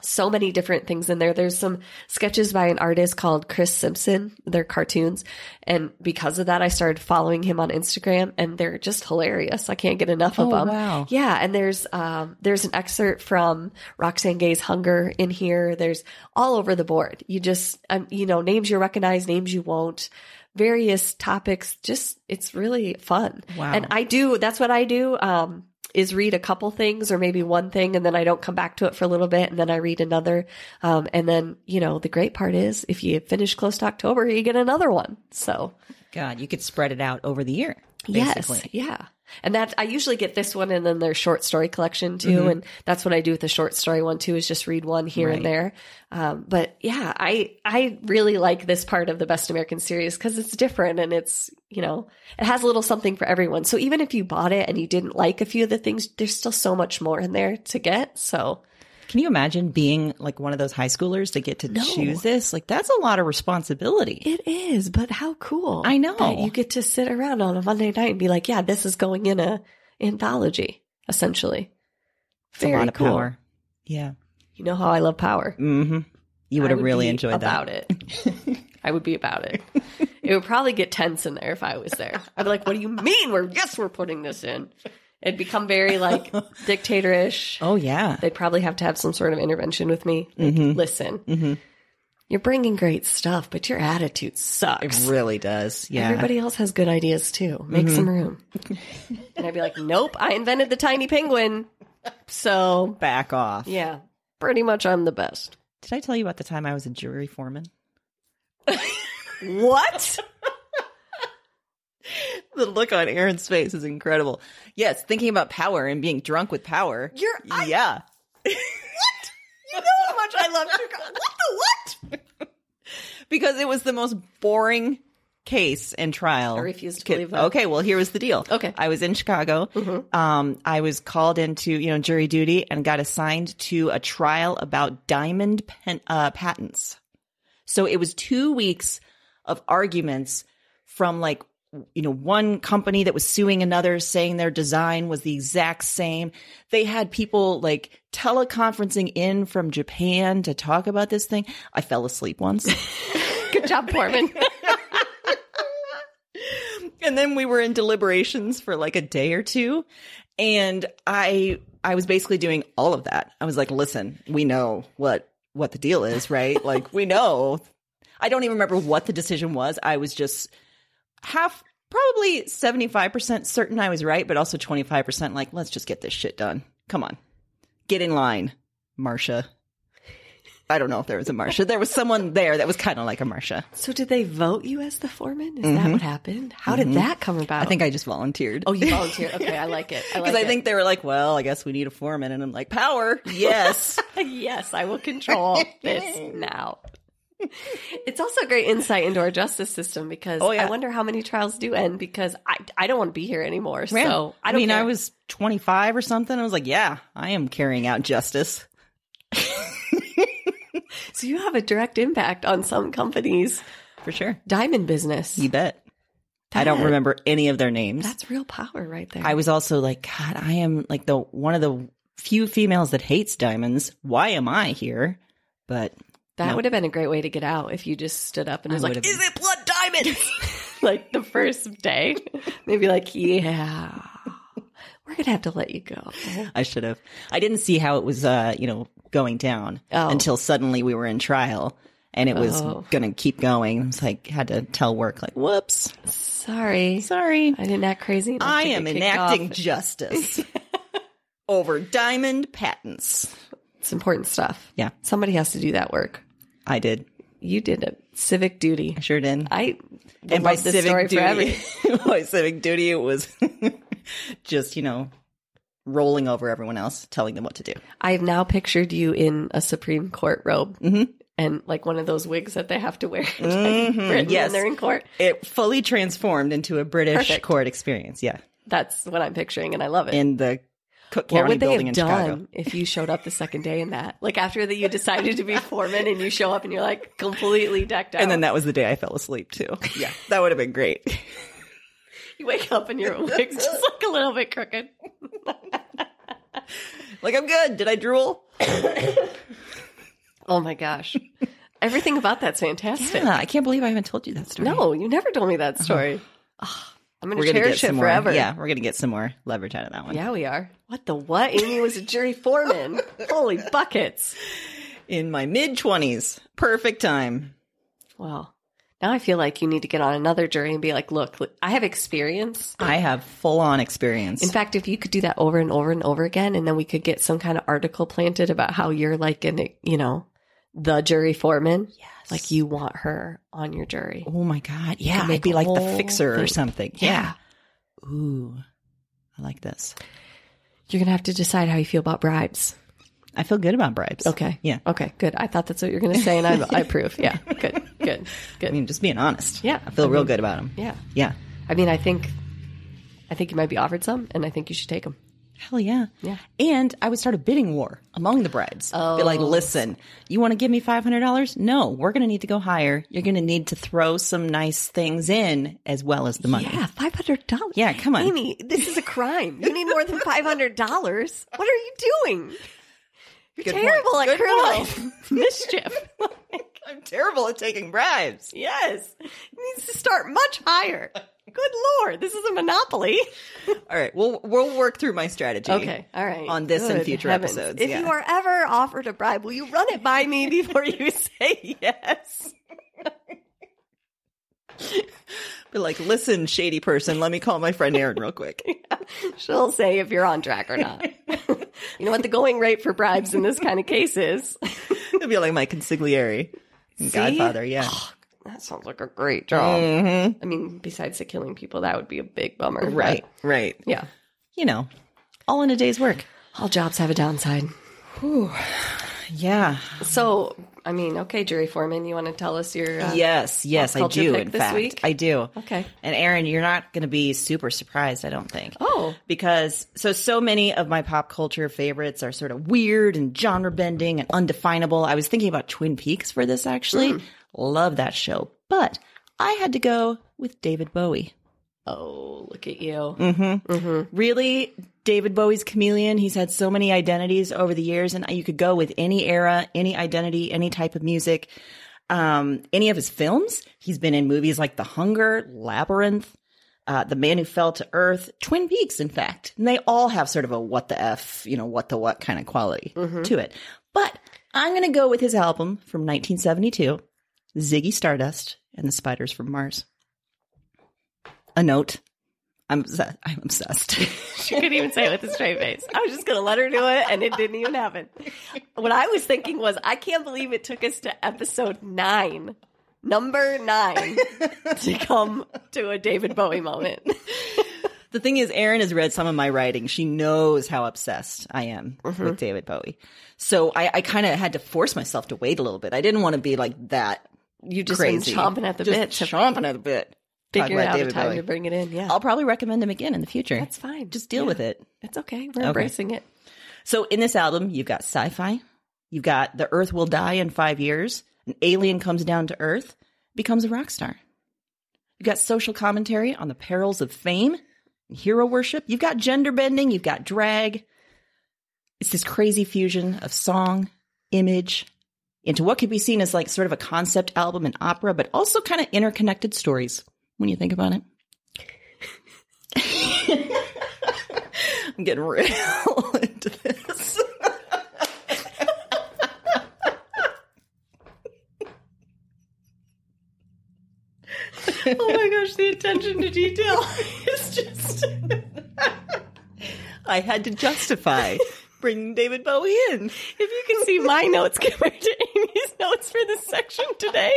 Speaker 3: so many different things in there. There's some sketches by an artist called Chris Simpson. They're cartoons. And because of that, I started following him on Instagram and they're just hilarious. I can't get enough of
Speaker 1: Oh,
Speaker 3: them.
Speaker 1: wow.
Speaker 3: Yeah. And there's, um, there's an excerpt from Roxane Gay's Hunger in here. There's all over the board. You just, um, you know, names you recognize, names you won't, various topics. Just, it's really fun.
Speaker 1: Wow.
Speaker 3: And I do, that's what I do. Um, is read a couple things or maybe one thing and then I don't come back to it for a little bit and then I read another. Um, and then, you know, the great part is if you finish close to October, you get another one. So
Speaker 1: God, you could spread it out over the year.
Speaker 3: yes,
Speaker 1: Basically.
Speaker 3: yeah. And that I usually get this one and then their short story collection too. And that's what I do with the short story one too, is just read one here and there. Um, but yeah, I, I really like this part of the best American series cause it's different and it's, you know, it has a little something for everyone. So even if you bought it and you didn't like a few of the things, there's still so much more in there to get. So
Speaker 1: Can you imagine being like one of those high schoolers to get to choose this? Like that's a lot of responsibility.
Speaker 3: it is, but how cool.
Speaker 1: I know.
Speaker 3: that you get to sit around on a Monday night and be like, yeah, this is going in a anthology essentially.
Speaker 1: It's a lot of power. Yeah.
Speaker 3: You know how I love power.
Speaker 1: hmm You would
Speaker 3: I
Speaker 1: have really
Speaker 3: be
Speaker 1: enjoyed
Speaker 3: about
Speaker 1: that.
Speaker 3: it. I would be about
Speaker 1: (laughs)
Speaker 3: it. It would probably get tense in there if I was there. I'd be like, "What do you mean? We're yes, we're putting this in." It'd become very
Speaker 1: (laughs)
Speaker 3: like dictatorish.
Speaker 1: Oh yeah.
Speaker 3: They'd probably have to have some sort of intervention with me. Like,
Speaker 1: Mm-hmm.
Speaker 3: Listen, you're bringing great stuff, but your attitude sucks.
Speaker 1: It really does. Yeah. Mm-hmm.
Speaker 3: Everybody else has good ideas too. Make some
Speaker 1: (laughs)
Speaker 3: room. and I'd be like, "Nope, I invented the tiny penguin." So
Speaker 1: Back off.
Speaker 3: yeah, pretty much I'm the best.
Speaker 1: Did I tell you about the time I was a jury foreman?
Speaker 3: What?
Speaker 1: (laughs) The look on Aaron's face is incredible. Yes, thinking about power and being drunk with power.
Speaker 3: You're I,
Speaker 1: yeah.
Speaker 3: You know how much I love Chicago. What the what?
Speaker 1: because it was the most boring case and trial. I
Speaker 3: refuse to believe that.
Speaker 1: Okay, well, here was the deal.
Speaker 3: Okay. Mm-hmm.
Speaker 1: I was in Chicago. Um, I was called into you know jury duty and got assigned to a trial about diamond pen, uh, patents. So it was two weeks of arguments from like you know one company that was suing another saying their design was the exact same they had people like teleconferencing in from japan to talk about this thing i fell asleep once
Speaker 3: (laughs) Good job, Portman.
Speaker 1: and then we were in deliberations for like a day or two and i i was basically doing all of that i was like listen we know what what the deal is right like we know i don't even remember what the decision was i was just half probably 75% certain i was right but also 25% like let's just get this shit done come on get in line marsha I don't know if there was a Marsha. There was someone there that was kind of like a Marsha.
Speaker 3: So did they vote you as the foreman? Is that what happened? How did that come about?
Speaker 1: Mm-hmm. I think I just volunteered.
Speaker 3: Oh, you volunteered. Okay, I like it.
Speaker 1: (laughs)
Speaker 3: I like
Speaker 1: Because I
Speaker 3: it.
Speaker 1: think they were like, well, I guess we need a foreman. And I'm like, power. (laughs) Yes.
Speaker 3: (laughs) yes, I will
Speaker 1: (laughs)
Speaker 3: control this now. It's also great insight into our justice system because
Speaker 1: Oh, yeah.
Speaker 3: I wonder how many trials do end because I, I don't want to be here anymore.
Speaker 1: Yeah.
Speaker 3: So I
Speaker 1: I
Speaker 3: don't
Speaker 1: mean, I
Speaker 3: care.
Speaker 1: was 25 or something. I was like, yeah, I am carrying out justice.
Speaker 3: so you have a direct impact on some companies'
Speaker 1: For sure.
Speaker 3: diamond business.
Speaker 1: You bet. I don't
Speaker 3: That-
Speaker 1: remember any of their names.
Speaker 3: That's real power right there.
Speaker 1: I was also like, God, I am like the one of the few females that hates diamonds. Why am I here? But
Speaker 3: that
Speaker 1: no.
Speaker 3: would have been a great way to get out if you just stood up and
Speaker 1: I
Speaker 3: was like,
Speaker 1: would've-
Speaker 3: "Is it blood diamond?"
Speaker 1: (laughs)
Speaker 3: like the first day, maybe like, "Yeah, we're gonna have to let you go."
Speaker 1: I should have. I didn't see how it was, uh, you know, going down
Speaker 3: Oh.
Speaker 1: until suddenly we were in trial and it was
Speaker 3: Oh.
Speaker 1: going to keep going. I was like, had to tell work, like, whoops,
Speaker 3: Sorry,
Speaker 1: sorry.
Speaker 3: I didn't act crazy. enough
Speaker 1: I
Speaker 3: to get
Speaker 1: am
Speaker 3: kicked
Speaker 1: enacting
Speaker 3: off.
Speaker 1: (laughs) justice over diamond patents.
Speaker 3: It's important stuff.
Speaker 1: Yeah.
Speaker 3: Somebody has to do that work.
Speaker 1: I did.
Speaker 3: You did a civic duty.
Speaker 1: I sure did.
Speaker 3: I and love this story forever. (laughs)
Speaker 1: duty, (laughs) by civic duty, it was (laughs) just you know rolling over everyone else, telling them what to do.
Speaker 3: I've now pictured you in a Supreme Court robe
Speaker 1: Mm-hmm.
Speaker 3: and like one of those wigs that they have to wear (laughs) in Britain
Speaker 1: Yes.
Speaker 3: when they're in court.
Speaker 1: It fully transformed into a British
Speaker 3: Perfect.
Speaker 1: court experience. Yeah,
Speaker 3: That's what I'm picturing, and I love it.
Speaker 1: in the Cook
Speaker 3: what
Speaker 1: County
Speaker 3: would they
Speaker 1: building
Speaker 3: have
Speaker 1: in
Speaker 3: done
Speaker 1: Chicago.
Speaker 3: if you showed up the second day in that? Like after that, you decided
Speaker 1: (laughs)
Speaker 3: to be foreman, and you show up and you're like completely decked out.
Speaker 1: And then that was the day I fell asleep (laughs) too. Yeah, that would have been great. (laughs)
Speaker 3: you wake up and your wig's just like a little bit crooked.
Speaker 1: like I'm good. Did I drool?
Speaker 3: Oh my gosh, everything about that's fantastic.
Speaker 1: Yeah, I can't believe I haven't told you that story.
Speaker 3: No, you never told me that story. Ah, I'm going
Speaker 1: we're
Speaker 3: to
Speaker 1: gonna get
Speaker 3: cherish
Speaker 1: some
Speaker 3: it
Speaker 1: more.
Speaker 3: forever.
Speaker 1: Yeah, we're gonna get some more leverage out of that one.
Speaker 3: Yeah, we are. What the what? Amy was a jury
Speaker 1: (laughs)
Speaker 3: foreman. Holy buckets.
Speaker 1: In my mid twenties, perfect time.
Speaker 3: Well, now I feel like you need to get on another jury and be like, look, look, I have experience.
Speaker 1: I have full on experience.
Speaker 3: In fact, if you could do that over and over and over again, and then we could get some kind of article planted about how you're like an, you know, the jury foreman. Yes. Like you want her on your jury.
Speaker 1: Oh my god! Yeah,
Speaker 3: make
Speaker 1: I'd be
Speaker 3: a
Speaker 1: like the
Speaker 3: whole
Speaker 1: fixer or
Speaker 3: thing.
Speaker 1: something. Yeah. Ooh, I like this.
Speaker 3: You're going to have to decide how you feel about bribes.
Speaker 1: I feel good about bribes.
Speaker 3: Okay.
Speaker 1: Yeah.
Speaker 3: Okay. Good. I thought that's what you're going to say, and I, I approve. Yeah. Good. Good.
Speaker 1: (laughs) I
Speaker 3: Good.
Speaker 1: mean, just being honest.
Speaker 3: Yeah.
Speaker 1: I feel
Speaker 3: I
Speaker 1: real
Speaker 3: mean-
Speaker 1: good about them.
Speaker 3: yeah.
Speaker 1: Yeah.
Speaker 3: I mean, I think, I think you might be offered some, and I think you should take them.
Speaker 1: Hell yeah. Oh.
Speaker 3: Yeah.
Speaker 1: And I would start a bidding war among the brides. Be like, listen, you want to give me $500? No, we're going to need to go higher. You're going to need to throw some nice things in as well as the money.
Speaker 3: Yeah, five hundred dollars.
Speaker 1: Yeah, come on.
Speaker 3: Amy. This is a crime. You need more
Speaker 1: (laughs)
Speaker 3: than five hundred dollars. What are you doing? You're
Speaker 1: Good
Speaker 3: terrible
Speaker 1: point. (laughs)
Speaker 3: at
Speaker 1: Good
Speaker 3: criminal (laughs) mischief.
Speaker 1: I'm terrible at taking bribes.
Speaker 3: yes, it needs to start much higher. Good lord, this is a monopoly.
Speaker 1: All right. We'll, we'll work through my strategy.
Speaker 3: Okay, all right.
Speaker 1: On this and
Speaker 3: Good
Speaker 1: future
Speaker 3: heavens.
Speaker 1: episodes.
Speaker 3: If
Speaker 1: yeah.
Speaker 3: you are ever offered a bribe, will you run it by me before you (laughs) say yes?
Speaker 1: Be like, listen, shady person, let me call my friend Aaron real quick.
Speaker 3: She'll say if you're on track or not. (laughs) you know what the going rate for bribes in this kind of case is. (laughs)
Speaker 1: It'd be like my consigliere, and
Speaker 3: See? (sighs)
Speaker 1: Godfather. Yeah,
Speaker 3: That sounds like a great job. I mean, besides the killing people, that would be a big bummer. but
Speaker 1: right, right.
Speaker 3: yeah.
Speaker 1: You know, all in a day's work.
Speaker 3: All jobs have a downside.
Speaker 1: Yeah.
Speaker 3: So, I mean, okay, jury foreman, you want to tell us your. Uh,
Speaker 1: Yes. Yes, I
Speaker 3: culture
Speaker 1: do.
Speaker 3: pick
Speaker 1: In
Speaker 3: this
Speaker 1: fact,
Speaker 3: week?
Speaker 1: I do.
Speaker 3: Okay.
Speaker 1: And Aaron, you're not going to be super surprised, I don't think.
Speaker 3: Oh.
Speaker 1: Because so so many of my pop culture favorites are sort of weird and genre bending and undefinable. I was thinking about Twin Peaks for this actually. Love that show. But I had to go with David Bowie.
Speaker 3: Oh, look at you.
Speaker 1: really David Bowie's chameleon. He's had so many identities over the years, and you could go with any era, any identity, any type of music. Um, any of his films, he's been in movies like The Hunger, Labyrinth, uh, The Man Who Fell to Earth, Twin Peaks, in fact. And they all have sort of a what the F, you know, what the what kind of quality to it. But I'm going to go with his album from 1972, Ziggy Stardust and the Spiders from Mars. A note I'm obsessed. I'm obsessed. (laughs)
Speaker 3: She couldn't even say it with a straight face. I was just going to let her do it, and it didn't even happen. What I was thinking was, I can't believe it took us to episode nine, number nine, to come to a David Bowie moment.
Speaker 1: the thing is, Erin has read some of my writing. She knows how obsessed I am with David Bowie. So I, I kind of had to force myself to wait a little bit. I didn't want to be like that.
Speaker 3: You just been
Speaker 1: crazy
Speaker 3: chomping at the
Speaker 1: Just
Speaker 3: bit to
Speaker 1: chomping at the bit. Talking
Speaker 3: figure
Speaker 1: about
Speaker 3: out a
Speaker 1: David
Speaker 3: time
Speaker 1: Bowie.
Speaker 3: to bring it in. Yeah,
Speaker 1: I'll probably recommend him again in the future.
Speaker 3: that's fine.
Speaker 1: Just deal
Speaker 3: Yeah.
Speaker 1: with it.
Speaker 3: It's okay. We're embracing it.
Speaker 1: So in this album, you've got sci-fi, you've got the Earth will die in five years, an alien comes down to Earth, becomes a rock star. You've got social commentary on the perils of fame, hero worship. You've got gender bending. You've got drag. It's this crazy fusion of song, image, into what could be seen as like sort of a concept album and opera, but also kind of interconnected stories when you think about it. I'm getting real (laughs) into this.
Speaker 3: Oh my gosh, the attention to detail is just.
Speaker 1: I had to justify bringing David Bowie in.
Speaker 3: If you can see my notes compared to Amy's notes for this section today.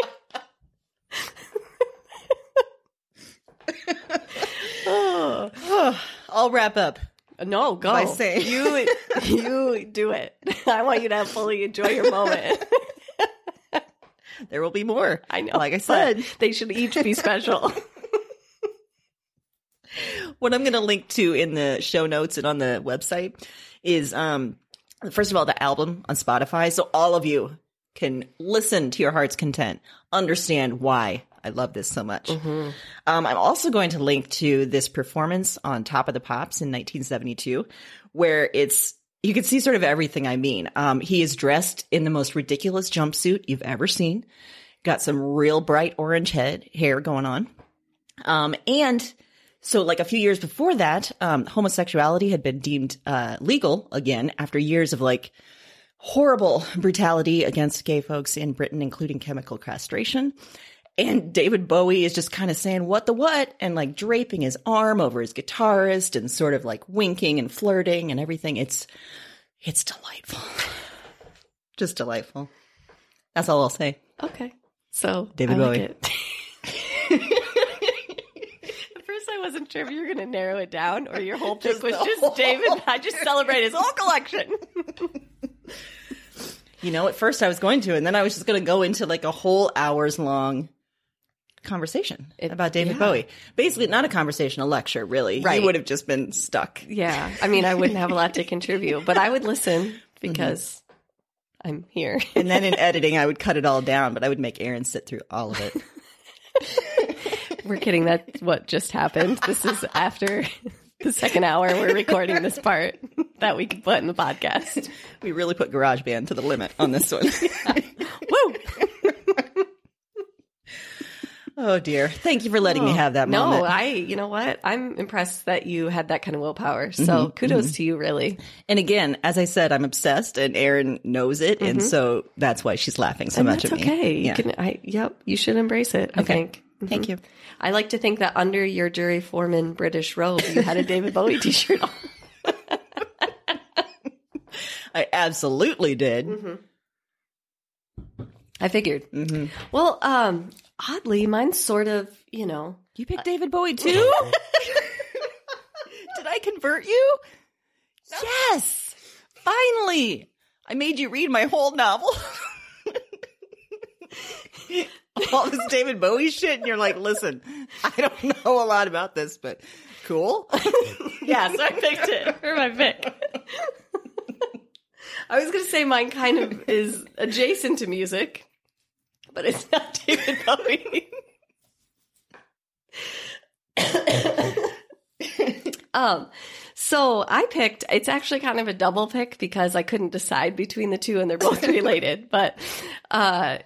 Speaker 1: I'll wrap up.
Speaker 3: No, go.
Speaker 1: By saying-
Speaker 3: you you do it. I want you to fully enjoy your (laughs) moment.
Speaker 1: There will be more.
Speaker 3: I know.
Speaker 1: Like I
Speaker 3: but
Speaker 1: said,
Speaker 3: they should each be (laughs) special.
Speaker 1: what I'm going to link to in the show notes and on the website is, um, first of all, the album on Spotify. So all of you can listen to your heart's content, understand why I love this so much. Um, I'm also going to link to this performance on Top of the Pops in 1972, where it's you can see sort of everything I mean. Um, he is dressed in the most ridiculous jumpsuit you've ever seen, got some real bright orange head hair going on, um, and so like a few years before that, um, homosexuality had been deemed uh, legal again after years of like horrible brutality against gay folks in Britain, including chemical castration. And David Bowie is just kind of saying, what the what? And like draping his arm over his guitarist and sort of like winking and flirting and everything. It's, it's delightful. (laughs) just delightful. That's all I'll say.
Speaker 3: Okay. So
Speaker 1: David
Speaker 3: I like
Speaker 1: Bowie.
Speaker 3: it. (laughs) At first, I wasn't sure if you were going to narrow it down or your whole pick was (laughs) just David. I (laughs) just celebrated his whole collection.
Speaker 1: You know, at first I was going to, and then I was just going to go into like a whole hours long conversation
Speaker 3: It-
Speaker 1: about David
Speaker 3: yeah.
Speaker 1: Bowie. Basically, not a conversation, a lecture, really.
Speaker 3: Right.
Speaker 1: You would have just been stuck.
Speaker 3: Yeah, I mean, I wouldn't have a lot to contribute, but I would listen
Speaker 1: Mm-hmm.
Speaker 3: because I'm here. (laughs)
Speaker 1: And then in editing, I would cut it all down, but I would make Aaron sit through all of
Speaker 3: (laughs)
Speaker 1: it.
Speaker 3: We're kidding. That's what just happened. This is after the second hour. We're recording this part that we can put in the podcast.
Speaker 1: we really put GarageBand to the limit on
Speaker 3: (laughs)
Speaker 1: this one.
Speaker 3: Woo!
Speaker 1: oh, dear. Thank you for letting me have that
Speaker 3: Oh, No,
Speaker 1: moment.
Speaker 3: I. You know what? I'm impressed that you had that kind of willpower.
Speaker 1: Mm-hmm.
Speaker 3: So kudos to you, really.
Speaker 1: and again, as I said, I'm obsessed, and Aaron knows it. And so that's why she's laughing so
Speaker 3: Mm-hmm. And
Speaker 1: much
Speaker 3: that's
Speaker 1: at me.
Speaker 3: okay. You
Speaker 1: Yeah.
Speaker 3: can. I. Yep. You should embrace it. I think. Mm-hmm.
Speaker 1: Thank you.
Speaker 3: I like to think that under your jury foreman British robe, you had a David Bowie (laughs) T-shirt on.
Speaker 1: I absolutely did.
Speaker 3: I figured. Well, um, oddly, mine's sort of, you know,
Speaker 1: You picked David Bowie too? Did I convert you? Yes! Finally! I made you read my whole novel. (laughs) All this David Bowie shit, and you're like, listen, I don't know a lot about this, but cool.
Speaker 3: yeah. So I picked (laughs) it for my pick. (laughs) I was gonna say mine kind of is adjacent to music, but it's not (laughs) David Bowie. (laughs) um, so I picked. It's actually kind of a double pick because I couldn't decide between the two, and they're (laughs) both related. but uh,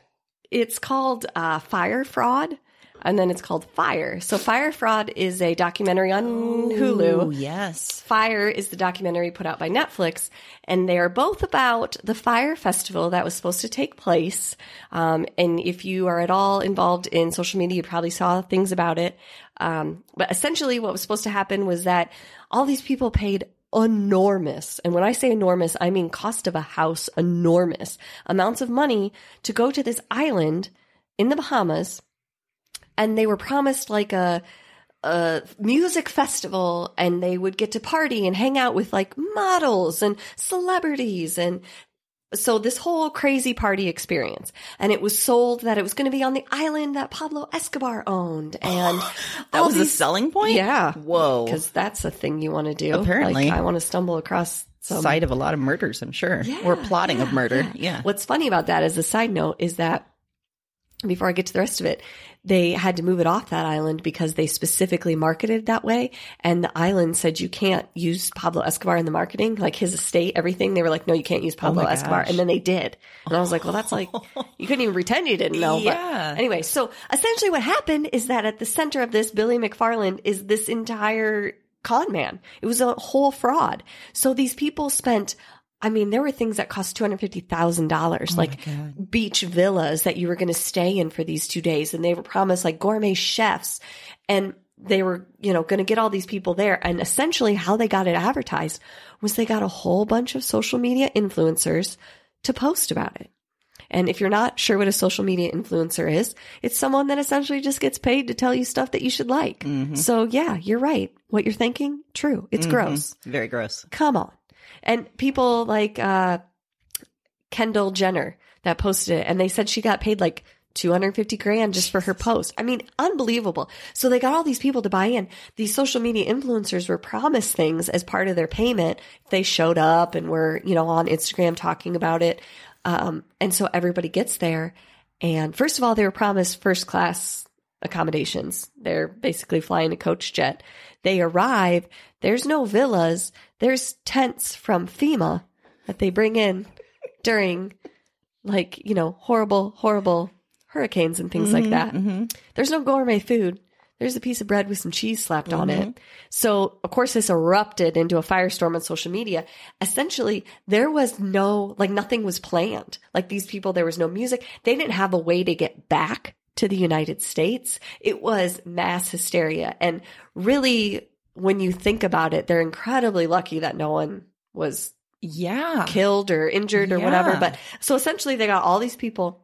Speaker 3: it's called uh, Fire Fraud. and then it's called Fire. So Fire Fraud is a documentary on Hulu.
Speaker 1: Ooh, yes.
Speaker 3: Fire is the documentary put out by Netflix, and they are both about the Fire Festival that was supposed to take place. Um, and if you are at all involved in social media, you probably saw things about it. Um, but essentially, what was supposed to happen was that all these people paid enormous, and when I say enormous, I mean cost of a house, enormous amounts of money to go to this island in the Bahamas and they were promised like a a music festival and they would get to party and hang out with like models and celebrities and so this whole crazy party experience and it was sold that it was going to be on the island that Pablo Escobar
Speaker 1: (gasps)
Speaker 3: owned and
Speaker 1: That
Speaker 3: all
Speaker 1: was a
Speaker 3: these-
Speaker 1: selling point?
Speaker 3: Yeah.
Speaker 1: Whoa.
Speaker 3: cuz that's a thing you want to do
Speaker 1: Apparently.
Speaker 3: Like, I want to stumble across some
Speaker 1: Side of a lot of murders, I'm sure. or plotting of murder. Yeah.
Speaker 3: What's funny about that as a side note is that before I get to the rest of it, they had to move it off that island because they specifically marketed that way. And the island said you can't use Pablo Escobar in the marketing, like his estate, everything. They were like, no, you can't use Pablo
Speaker 1: Oh my
Speaker 3: Escobar.
Speaker 1: gosh.
Speaker 3: And then they did. And I was like, well, that's like, you couldn't even pretend you didn't know.
Speaker 1: (laughs) Yeah.
Speaker 3: But anyway, so essentially what happened is that at the center of this, Billy McFarland is this entire con man. It was a whole fraud. So these people spent I mean, there were things that cost two hundred fifty thousand dollars, like beach villas that you were going to stay in for these two days, and they were promised like gourmet chefs, and they were, you know, going to get all these people there. And essentially, how they got it advertised was they got a whole bunch of social media influencers to post about it. And if you're not sure what a social media influencer is, it's someone that essentially just gets paid to tell you stuff that you should like. So yeah, you're right. What you're thinking, true. It's gross
Speaker 1: Very gross.
Speaker 3: come on. And people like uh, Kendall Jenner that posted it, and they said she got paid like 250 grand just for her post. I mean, unbelievable. So they got all these people to buy in. These social media influencers were promised things as part of their payment. They showed up and were, you know, on Instagram talking about it. Um, and so everybody gets there. And first of all, they were promised first class accommodations. They're basically flying a coach jet. They arrive. There's no villas. There's tents from FEMA that they bring in during, like, you know, horrible, horrible hurricanes and things like that.
Speaker 1: Mm-hmm.
Speaker 3: There's no gourmet food. There's a piece of bread with some cheese slapped on it. So, of course, this erupted into a firestorm on social media. Essentially, there was no, like, nothing was planned. Like, these people, there was no music. They didn't have a way to get back to the United States. It was mass hysteria. And really, when you think about it, they're incredibly lucky that no one was
Speaker 1: Yeah.
Speaker 3: killed or injured or whatever.
Speaker 1: Yeah.
Speaker 3: But so essentially, they got all these people,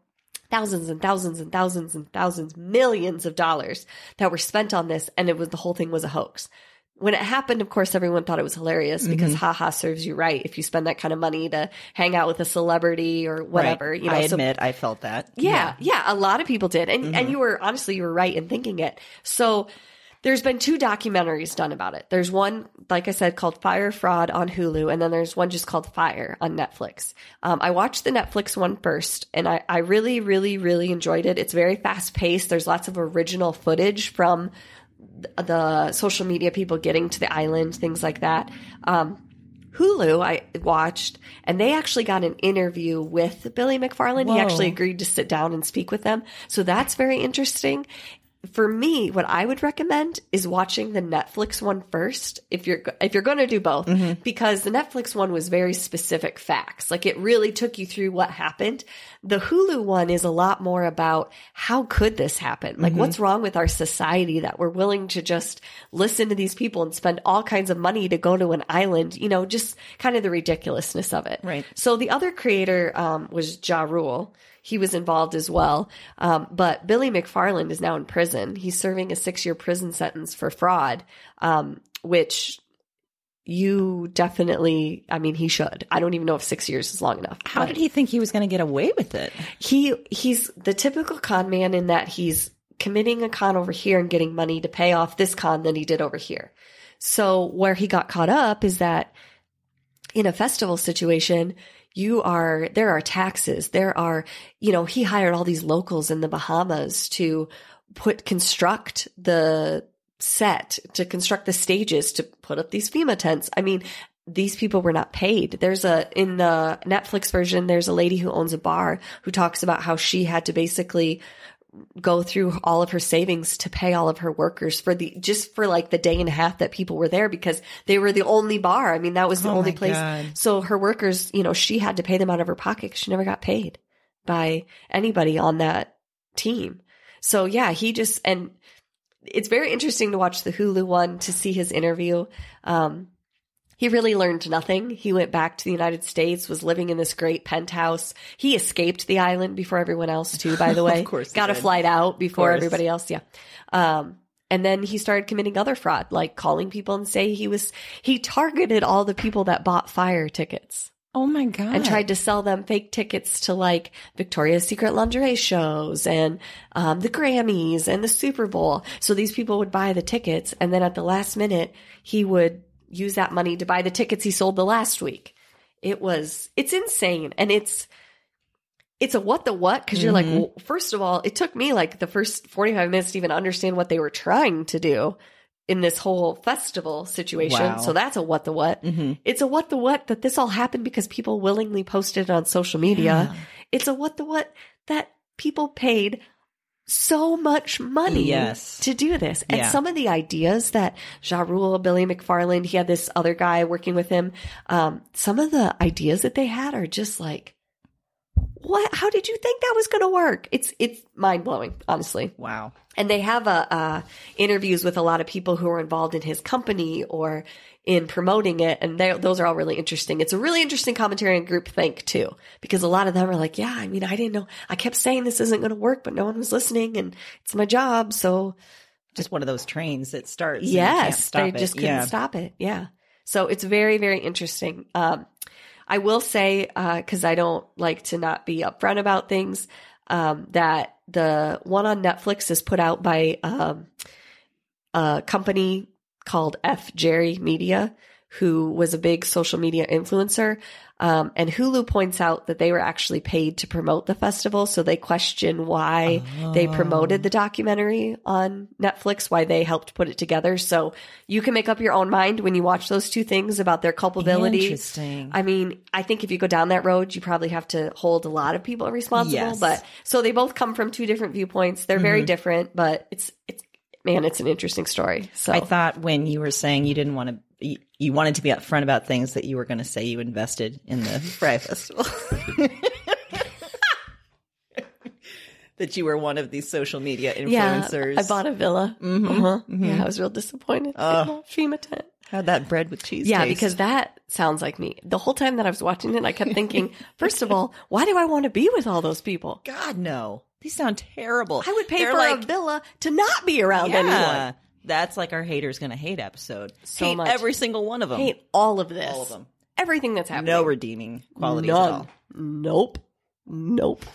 Speaker 3: thousands and thousands and thousands and thousands, millions of dollars that were spent on this, and it was the whole thing was a hoax. When it happened, of course, everyone thought it was hilarious
Speaker 1: Mm-hmm.
Speaker 3: because haha serves you right if you spend that kind of money to hang out with a celebrity or whatever.
Speaker 1: Right.
Speaker 3: You know,
Speaker 1: I
Speaker 3: so-
Speaker 1: admit I felt that.
Speaker 3: yeah, yeah, a lot of people did, and and you were honestly you were right in thinking it. So there's been two documentaries done about it. There's one, like I said, called Fire Fraud on Hulu, and then there's one just called Fire on Netflix. Um, I watched the Netflix one first, and I I really really really enjoyed it. It's very fast paced. There's lots of original footage from th- the social media people getting to the island, things like that. Um, Hulu, I watched, and they actually got an interview with Billy McFarland. He actually agreed to sit down and speak with them. So that's very interesting. For me, what I would recommend is watching the Netflix one first if you're if you're going to do both because the Netflix one was very specific facts. Like it really took you through what happened. The Hulu one is a lot more about how could this happen? Like what's wrong with our society that we're willing to just listen to these people and spend all kinds of money to go to an island, you know, just kind of the ridiculousness of it.
Speaker 1: Right.
Speaker 3: So the other creator um, was Ja Rule. He was involved as well. Um, but Billy McFarland is now in prison. He's serving a six year prison sentence for fraud, um, which you definitely, I mean, he should. I don't even know if six years is long enough.
Speaker 1: How
Speaker 3: but-
Speaker 1: did he think he was going to get away with it?
Speaker 3: he he's the typical con man in that he's committing a con over here and getting money to pay off this con that he did over here. So where he got caught up is that in a festival situation, you are there are taxes, there are you know he hired all these locals in the Bahamas to put construct the set to construct the stages to put up these FEMA tents. I mean, these people were not paid. There's a in the Netflix version, there's a lady who owns a bar who talks about how she had to basically go through all of her savings to pay all of her workers for the just for like the day and a half that people were there because they were the only bar. I mean, that was the only
Speaker 1: Oh my
Speaker 3: place.
Speaker 1: God.
Speaker 3: So her workers, you know, she had to pay them out of her pocket. 'cause She never got paid by anybody on that team. So yeah, he just and it's very interesting to watch the Hulu one to see his interview. Um, he really learned nothing. He went back to the United States, was living in this great penthouse. He escaped the island before everyone else, too, by
Speaker 1: (laughs)
Speaker 3: the way.
Speaker 1: Of course he
Speaker 3: Got a
Speaker 1: did.
Speaker 3: flight out before
Speaker 1: course.
Speaker 3: everybody else. Yeah. Um, and then he started committing other fraud, like calling people and say he was, he targeted all the people that bought fire tickets
Speaker 1: Oh my god!
Speaker 3: and tried to sell them fake tickets to like Victoria's Secret lingerie shows and um, the Grammys and the Super Bowl. So these people would buy the tickets, and then at the last minute, he would use that money to buy the tickets he sold the last week. It was it's insane, and it's it's a what the what because you're like,
Speaker 1: Mm-hmm.
Speaker 3: well, first of all, it took me like the first forty five minutes to even understand what they were trying to do. In this whole festival situation.
Speaker 1: Wow.
Speaker 3: So that's a what the what.
Speaker 1: Mhm.
Speaker 3: It's a what the what that this all happened because people willingly posted it on social media. It's a what the what that people paid so much money
Speaker 1: Yes.
Speaker 3: to do this. And
Speaker 1: Yeah.
Speaker 3: some of the ideas that Ja Rule, Billy McFarland, he had this other guy working with him. Um, some of the ideas that they had are just like, what? How did you think that was going to work? It's, it's mind blowing, honestly
Speaker 1: Wow.
Speaker 3: and they have uh, uh, interviews with a lot of people who are involved in his company or in promoting it, and they- those are all really interesting. It's a really interesting commentary on groupthink too, because a lot of them are like, "Yeah, I mean, I didn't know. I kept saying this isn't going to work, but no one was listening, and it's my job, so
Speaker 1: Just one of those trains that starts. and you can't
Speaker 3: Yes,
Speaker 1: stop
Speaker 3: they
Speaker 1: it.
Speaker 3: just couldn't
Speaker 1: Yeah.
Speaker 3: stop it. Yeah. So it's very, very interesting. Um, I will say because I don't like to not be upfront about things um, that the one on Netflix is put out by um, a company called F Jerry Media, who was a big social media influencer. Um, and Hulu points out that they were actually paid to promote the festival, so they question why they promoted the documentary on Netflix, why they helped put it together. So you can make up your own mind when you watch those two things about their culpability.
Speaker 1: Interesting.
Speaker 3: I mean, I think if you go down that road, you probably have to hold a lot of people responsible.
Speaker 1: Yes. Mm-hmm.
Speaker 3: But so they both come from two different viewpoints. They're very different, but it's it's man, it's an interesting story. So
Speaker 1: I thought when you were saying you didn't want to, you, you wanted to be upfront about things that you were going to say you invested in
Speaker 3: (laughs)
Speaker 1: the Fry Festival. (laughs) that you were one of these social media
Speaker 3: yeah,
Speaker 1: influencers.
Speaker 3: I bought a villa.
Speaker 1: Mhm,
Speaker 3: Uh-huh.
Speaker 1: mhm.
Speaker 3: Yeah, I was real disappointed.
Speaker 1: Ugh.
Speaker 3: In the FEMA tent.
Speaker 1: How'd that bread with cheese
Speaker 3: Yeah,
Speaker 1: taste?
Speaker 3: because that sounds like me. The whole time that I was watching it, I kept
Speaker 1: (laughs)
Speaker 3: thinking, first of all, why do I want to be with all those people?
Speaker 1: God, no. These sound terrible.
Speaker 3: I would pay
Speaker 1: They're
Speaker 3: for
Speaker 1: like,
Speaker 3: a villa to not be around anyone.
Speaker 1: yeah, That's like our haters going to hate episode.
Speaker 3: So
Speaker 1: hate
Speaker 3: much.
Speaker 1: every single one of them.
Speaker 3: Hate all of this.
Speaker 1: all of them.
Speaker 3: Everything that's happening.
Speaker 1: No redeeming qualities at all.
Speaker 3: Nope. Nope.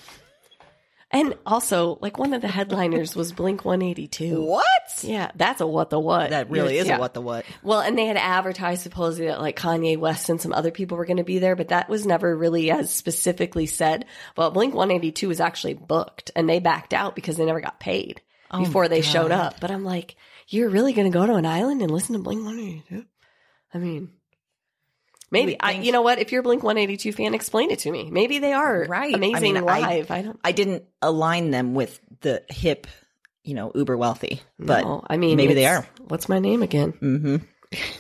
Speaker 3: And also, like one of the headliners was Blink 182.
Speaker 1: What?
Speaker 3: Yeah, that's a what the what.
Speaker 1: That really is
Speaker 3: Yeah.
Speaker 1: a what the what.
Speaker 3: Well, and they had advertised supposedly that like Kanye West and some other people were going to be there, but that was never really as specifically said. Well, Blink 182 was actually booked and they backed out because they never got paid
Speaker 1: Oh,
Speaker 3: before they showed
Speaker 1: God.
Speaker 3: up. But I'm like, you're really going to go to an island and listen to Blink 182? I mean, maybe
Speaker 1: would
Speaker 3: I,
Speaker 1: think-
Speaker 3: you know what? If you're a Blink 182 fan, explain it to me. Maybe they are
Speaker 1: Right. I
Speaker 3: amazing
Speaker 1: mean, I-
Speaker 3: live. I, don't
Speaker 1: I didn't align them with the hip, you know, uber wealthy, but
Speaker 3: know. I mean,
Speaker 1: maybe they
Speaker 3: it's-
Speaker 1: are.
Speaker 3: What's my name again?
Speaker 1: hmm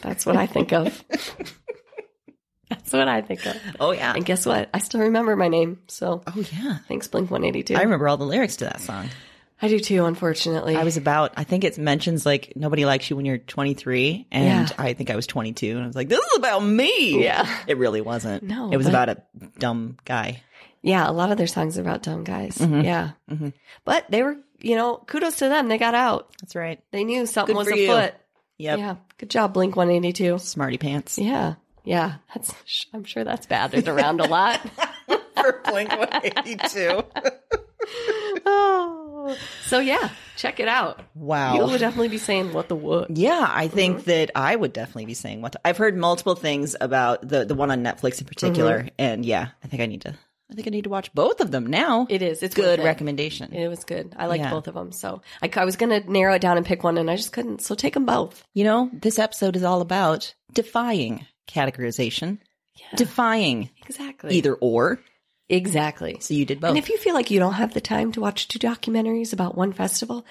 Speaker 3: That's what I think
Speaker 1: (laughs)
Speaker 3: of. That's what I think of.
Speaker 1: oh yeah,
Speaker 3: And guess what? I still remember my name. So
Speaker 1: oh yeah.
Speaker 3: thanks, Blink 182.
Speaker 1: I remember all the lyrics to that song.
Speaker 3: I do too, unfortunately.
Speaker 1: I was about, I think it mentions like nobody likes you when you're 23,
Speaker 3: Yeah.
Speaker 1: and I think I was 22, and I was like, this is about me.
Speaker 3: Yeah.
Speaker 1: it really wasn't.
Speaker 3: No,
Speaker 1: it was
Speaker 3: but-
Speaker 1: about a dumb guy.
Speaker 3: Yeah, a lot of their songs are about dumb guys. Yeah.
Speaker 1: Mhm.
Speaker 3: But they were, you know, kudos to them. They got out.
Speaker 1: That's right.
Speaker 3: They knew something
Speaker 1: Good
Speaker 3: was
Speaker 1: for you.
Speaker 3: afoot.
Speaker 1: Yep,
Speaker 3: Yeah. Good job, Blink 182.
Speaker 1: smarty pants.
Speaker 3: Yeah. Yeah. That's, I'm sure that's battered around a
Speaker 1: (laughs)
Speaker 3: lot.
Speaker 1: (laughs) For
Speaker 3: (laughs)
Speaker 1: Blink 182.
Speaker 3: oh. So, yeah, check it out. You
Speaker 1: Wow.
Speaker 3: will definitely be saying, what the what?
Speaker 1: Yeah, I think
Speaker 3: Mm-hmm.
Speaker 1: that I would definitely be saying what I've heard multiple things about the the one on Netflix in particular,
Speaker 3: Mm-hmm.
Speaker 1: and yeah, I think I need to. I think I need to watch both of them now.
Speaker 3: It is. It's worth
Speaker 1: good
Speaker 3: it.
Speaker 1: recommendation.
Speaker 3: It was good. I liked
Speaker 1: Yeah.
Speaker 3: both of them. So I, I was going to narrow it down and pick one, and I just couldn't. So take them both.
Speaker 1: You know, this episode is all about defying categorization, defying
Speaker 3: Exactly.
Speaker 1: either or,
Speaker 3: Exactly.
Speaker 1: So you did both.
Speaker 3: And if you feel like you don't have the time to watch two documentaries about one festival,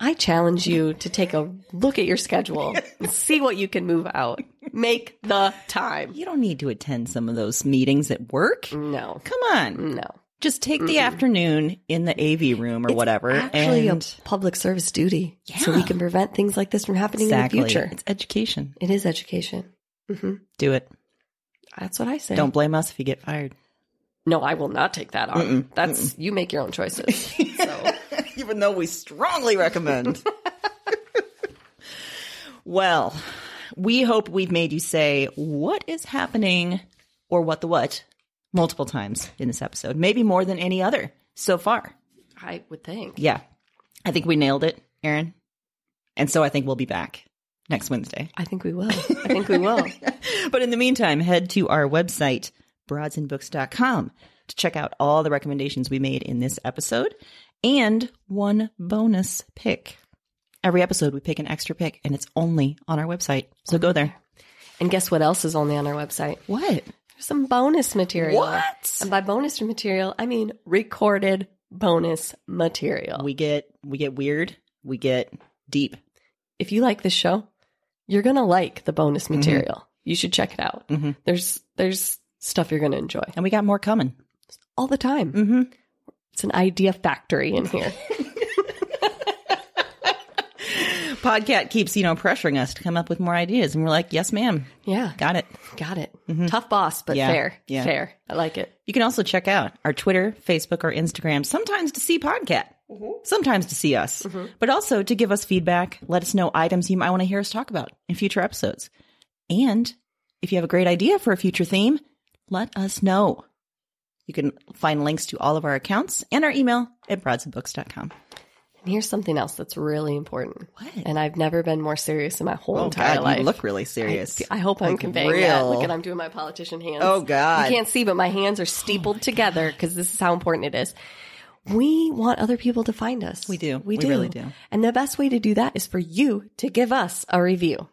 Speaker 3: I challenge you to take a look at your
Speaker 1: (laughs)
Speaker 3: schedule and see what you can move out. Make the time.
Speaker 1: you don't need to attend some of those meetings at work.
Speaker 3: No,
Speaker 1: Come on.
Speaker 3: no.
Speaker 1: Just take the afternoon in the AV room or whatever.
Speaker 3: Actually,
Speaker 1: and
Speaker 3: a public service duty. So we
Speaker 1: Yeah.
Speaker 3: can prevent things like this from happening
Speaker 1: exactly.
Speaker 3: in the future.
Speaker 1: It's education.
Speaker 3: It is education. hmm
Speaker 1: Do it.
Speaker 3: That's what I say.
Speaker 1: Don't blame us if you get fired.
Speaker 3: No, I will not take that on. That's you make your own choices.
Speaker 1: (laughs)
Speaker 3: So
Speaker 1: Even though we strongly recommend. well, we hope we've made you say what is happening or what the what multiple times in this episode, maybe more than any other so far.
Speaker 3: I would think.
Speaker 1: Yeah. I think we nailed it, Aaron. And so I think we'll be back next Wednesday.
Speaker 3: I think we will. I think we
Speaker 1: (laughs)
Speaker 3: will.
Speaker 1: But in the meantime, head to our website, broadsandbooks.com, to check out all the recommendations we made in this episode and one bonus pick. Every episode, we pick an extra pick, and it's only on our website. So go there.
Speaker 3: And guess what else is only on our website?
Speaker 1: What?
Speaker 3: There's some bonus material.
Speaker 1: What?
Speaker 3: And by bonus material, I mean recorded bonus material.
Speaker 1: We get we get weird. We get deep.
Speaker 3: if you like this show, you're gonna like the bonus
Speaker 1: Mm-hmm.
Speaker 3: material. You should check it out.
Speaker 1: Mhm.
Speaker 3: There's there's stuff you're gonna enjoy
Speaker 1: And we got more coming.
Speaker 3: all the time.
Speaker 1: Mm-hmm.
Speaker 3: It's an idea factory in
Speaker 1: (laughs)
Speaker 3: here.
Speaker 1: Podcat keeps, you know, pressuring us to come up with more ideas. And we're like, yes, ma'am.
Speaker 3: yeah,
Speaker 1: Got it.
Speaker 3: got it. Tough boss, but
Speaker 1: Yeah,
Speaker 3: fair.
Speaker 1: yeah.
Speaker 3: Fair. I like it.
Speaker 1: You can also check out our Twitter, Facebook, or Instagram, sometimes to see Podcat, sometimes to see us, but also to give us feedback, let us know items you might want to hear us talk about in future episodes. And if you have a great idea for a future theme, let us know. You can find links to all of our accounts and our email at broadsandbooks.com.
Speaker 3: And here's something else that's really important.
Speaker 1: What? Oh,
Speaker 3: And I've never been more serious in my whole entire
Speaker 1: God,
Speaker 3: life.
Speaker 1: you look really
Speaker 3: I,
Speaker 1: serious.
Speaker 3: I hope I'm
Speaker 1: Like,
Speaker 3: conveying that.
Speaker 1: real.
Speaker 3: Look at I'm doing my politician hands.
Speaker 4: Oh, God.
Speaker 3: You can't see, but my hands are steepled together because this is how important it is. We want other people to find us.
Speaker 1: We do.
Speaker 3: We,
Speaker 1: We
Speaker 3: do.
Speaker 1: really do.
Speaker 3: And the best way to do that is for you to give us a review.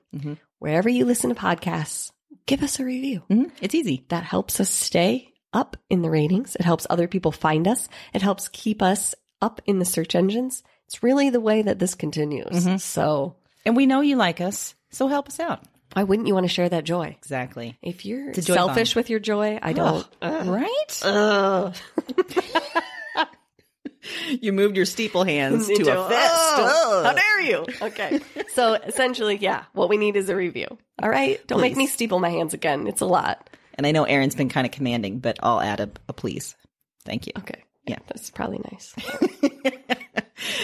Speaker 3: Wherever you listen to podcasts, give us a review.
Speaker 1: Mhm. It's easy.
Speaker 3: That helps us stay up in the ratings. It helps other people find us. It helps keep us up in the search engines. It's really the way that this continues. So
Speaker 1: And we know you like us, so help us out.
Speaker 3: why wouldn't you want to share that joy?
Speaker 1: Exactly.
Speaker 3: If you're
Speaker 1: a joy
Speaker 3: selfish with your joy, I don't. uh,
Speaker 1: Right? (laughs) you moved your steeple (laughs) hands to a fist. oh.
Speaker 3: How dare you? (laughs) Okay. so essentially, yeah, what we need is a review. All right. Don't make me steeple my hands again. It's a lot.
Speaker 1: And I know Aaron's been kind of commanding, but I'll add a, a please. Thank you.
Speaker 3: Okay.
Speaker 1: Yeah.
Speaker 3: That's probably nice.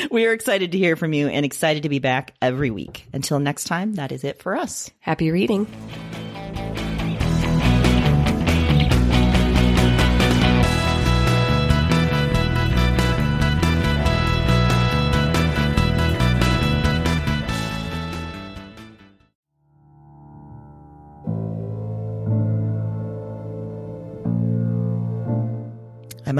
Speaker 1: We are excited to hear from you and excited to be back every week. Until next time, that is it for us.
Speaker 3: Happy reading.
Speaker 5: I'm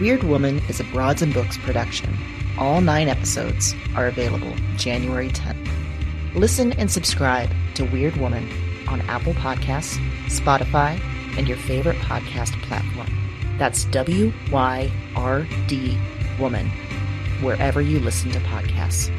Speaker 1: We
Speaker 5: Weird Woman is a Broads and Books production. All nine episodes are available January 10th. Listen and subscribe to Weird Woman on Apple Podcasts, Spotify, and your favorite podcast platform. That's W Y R D Woman, wherever you listen to podcasts.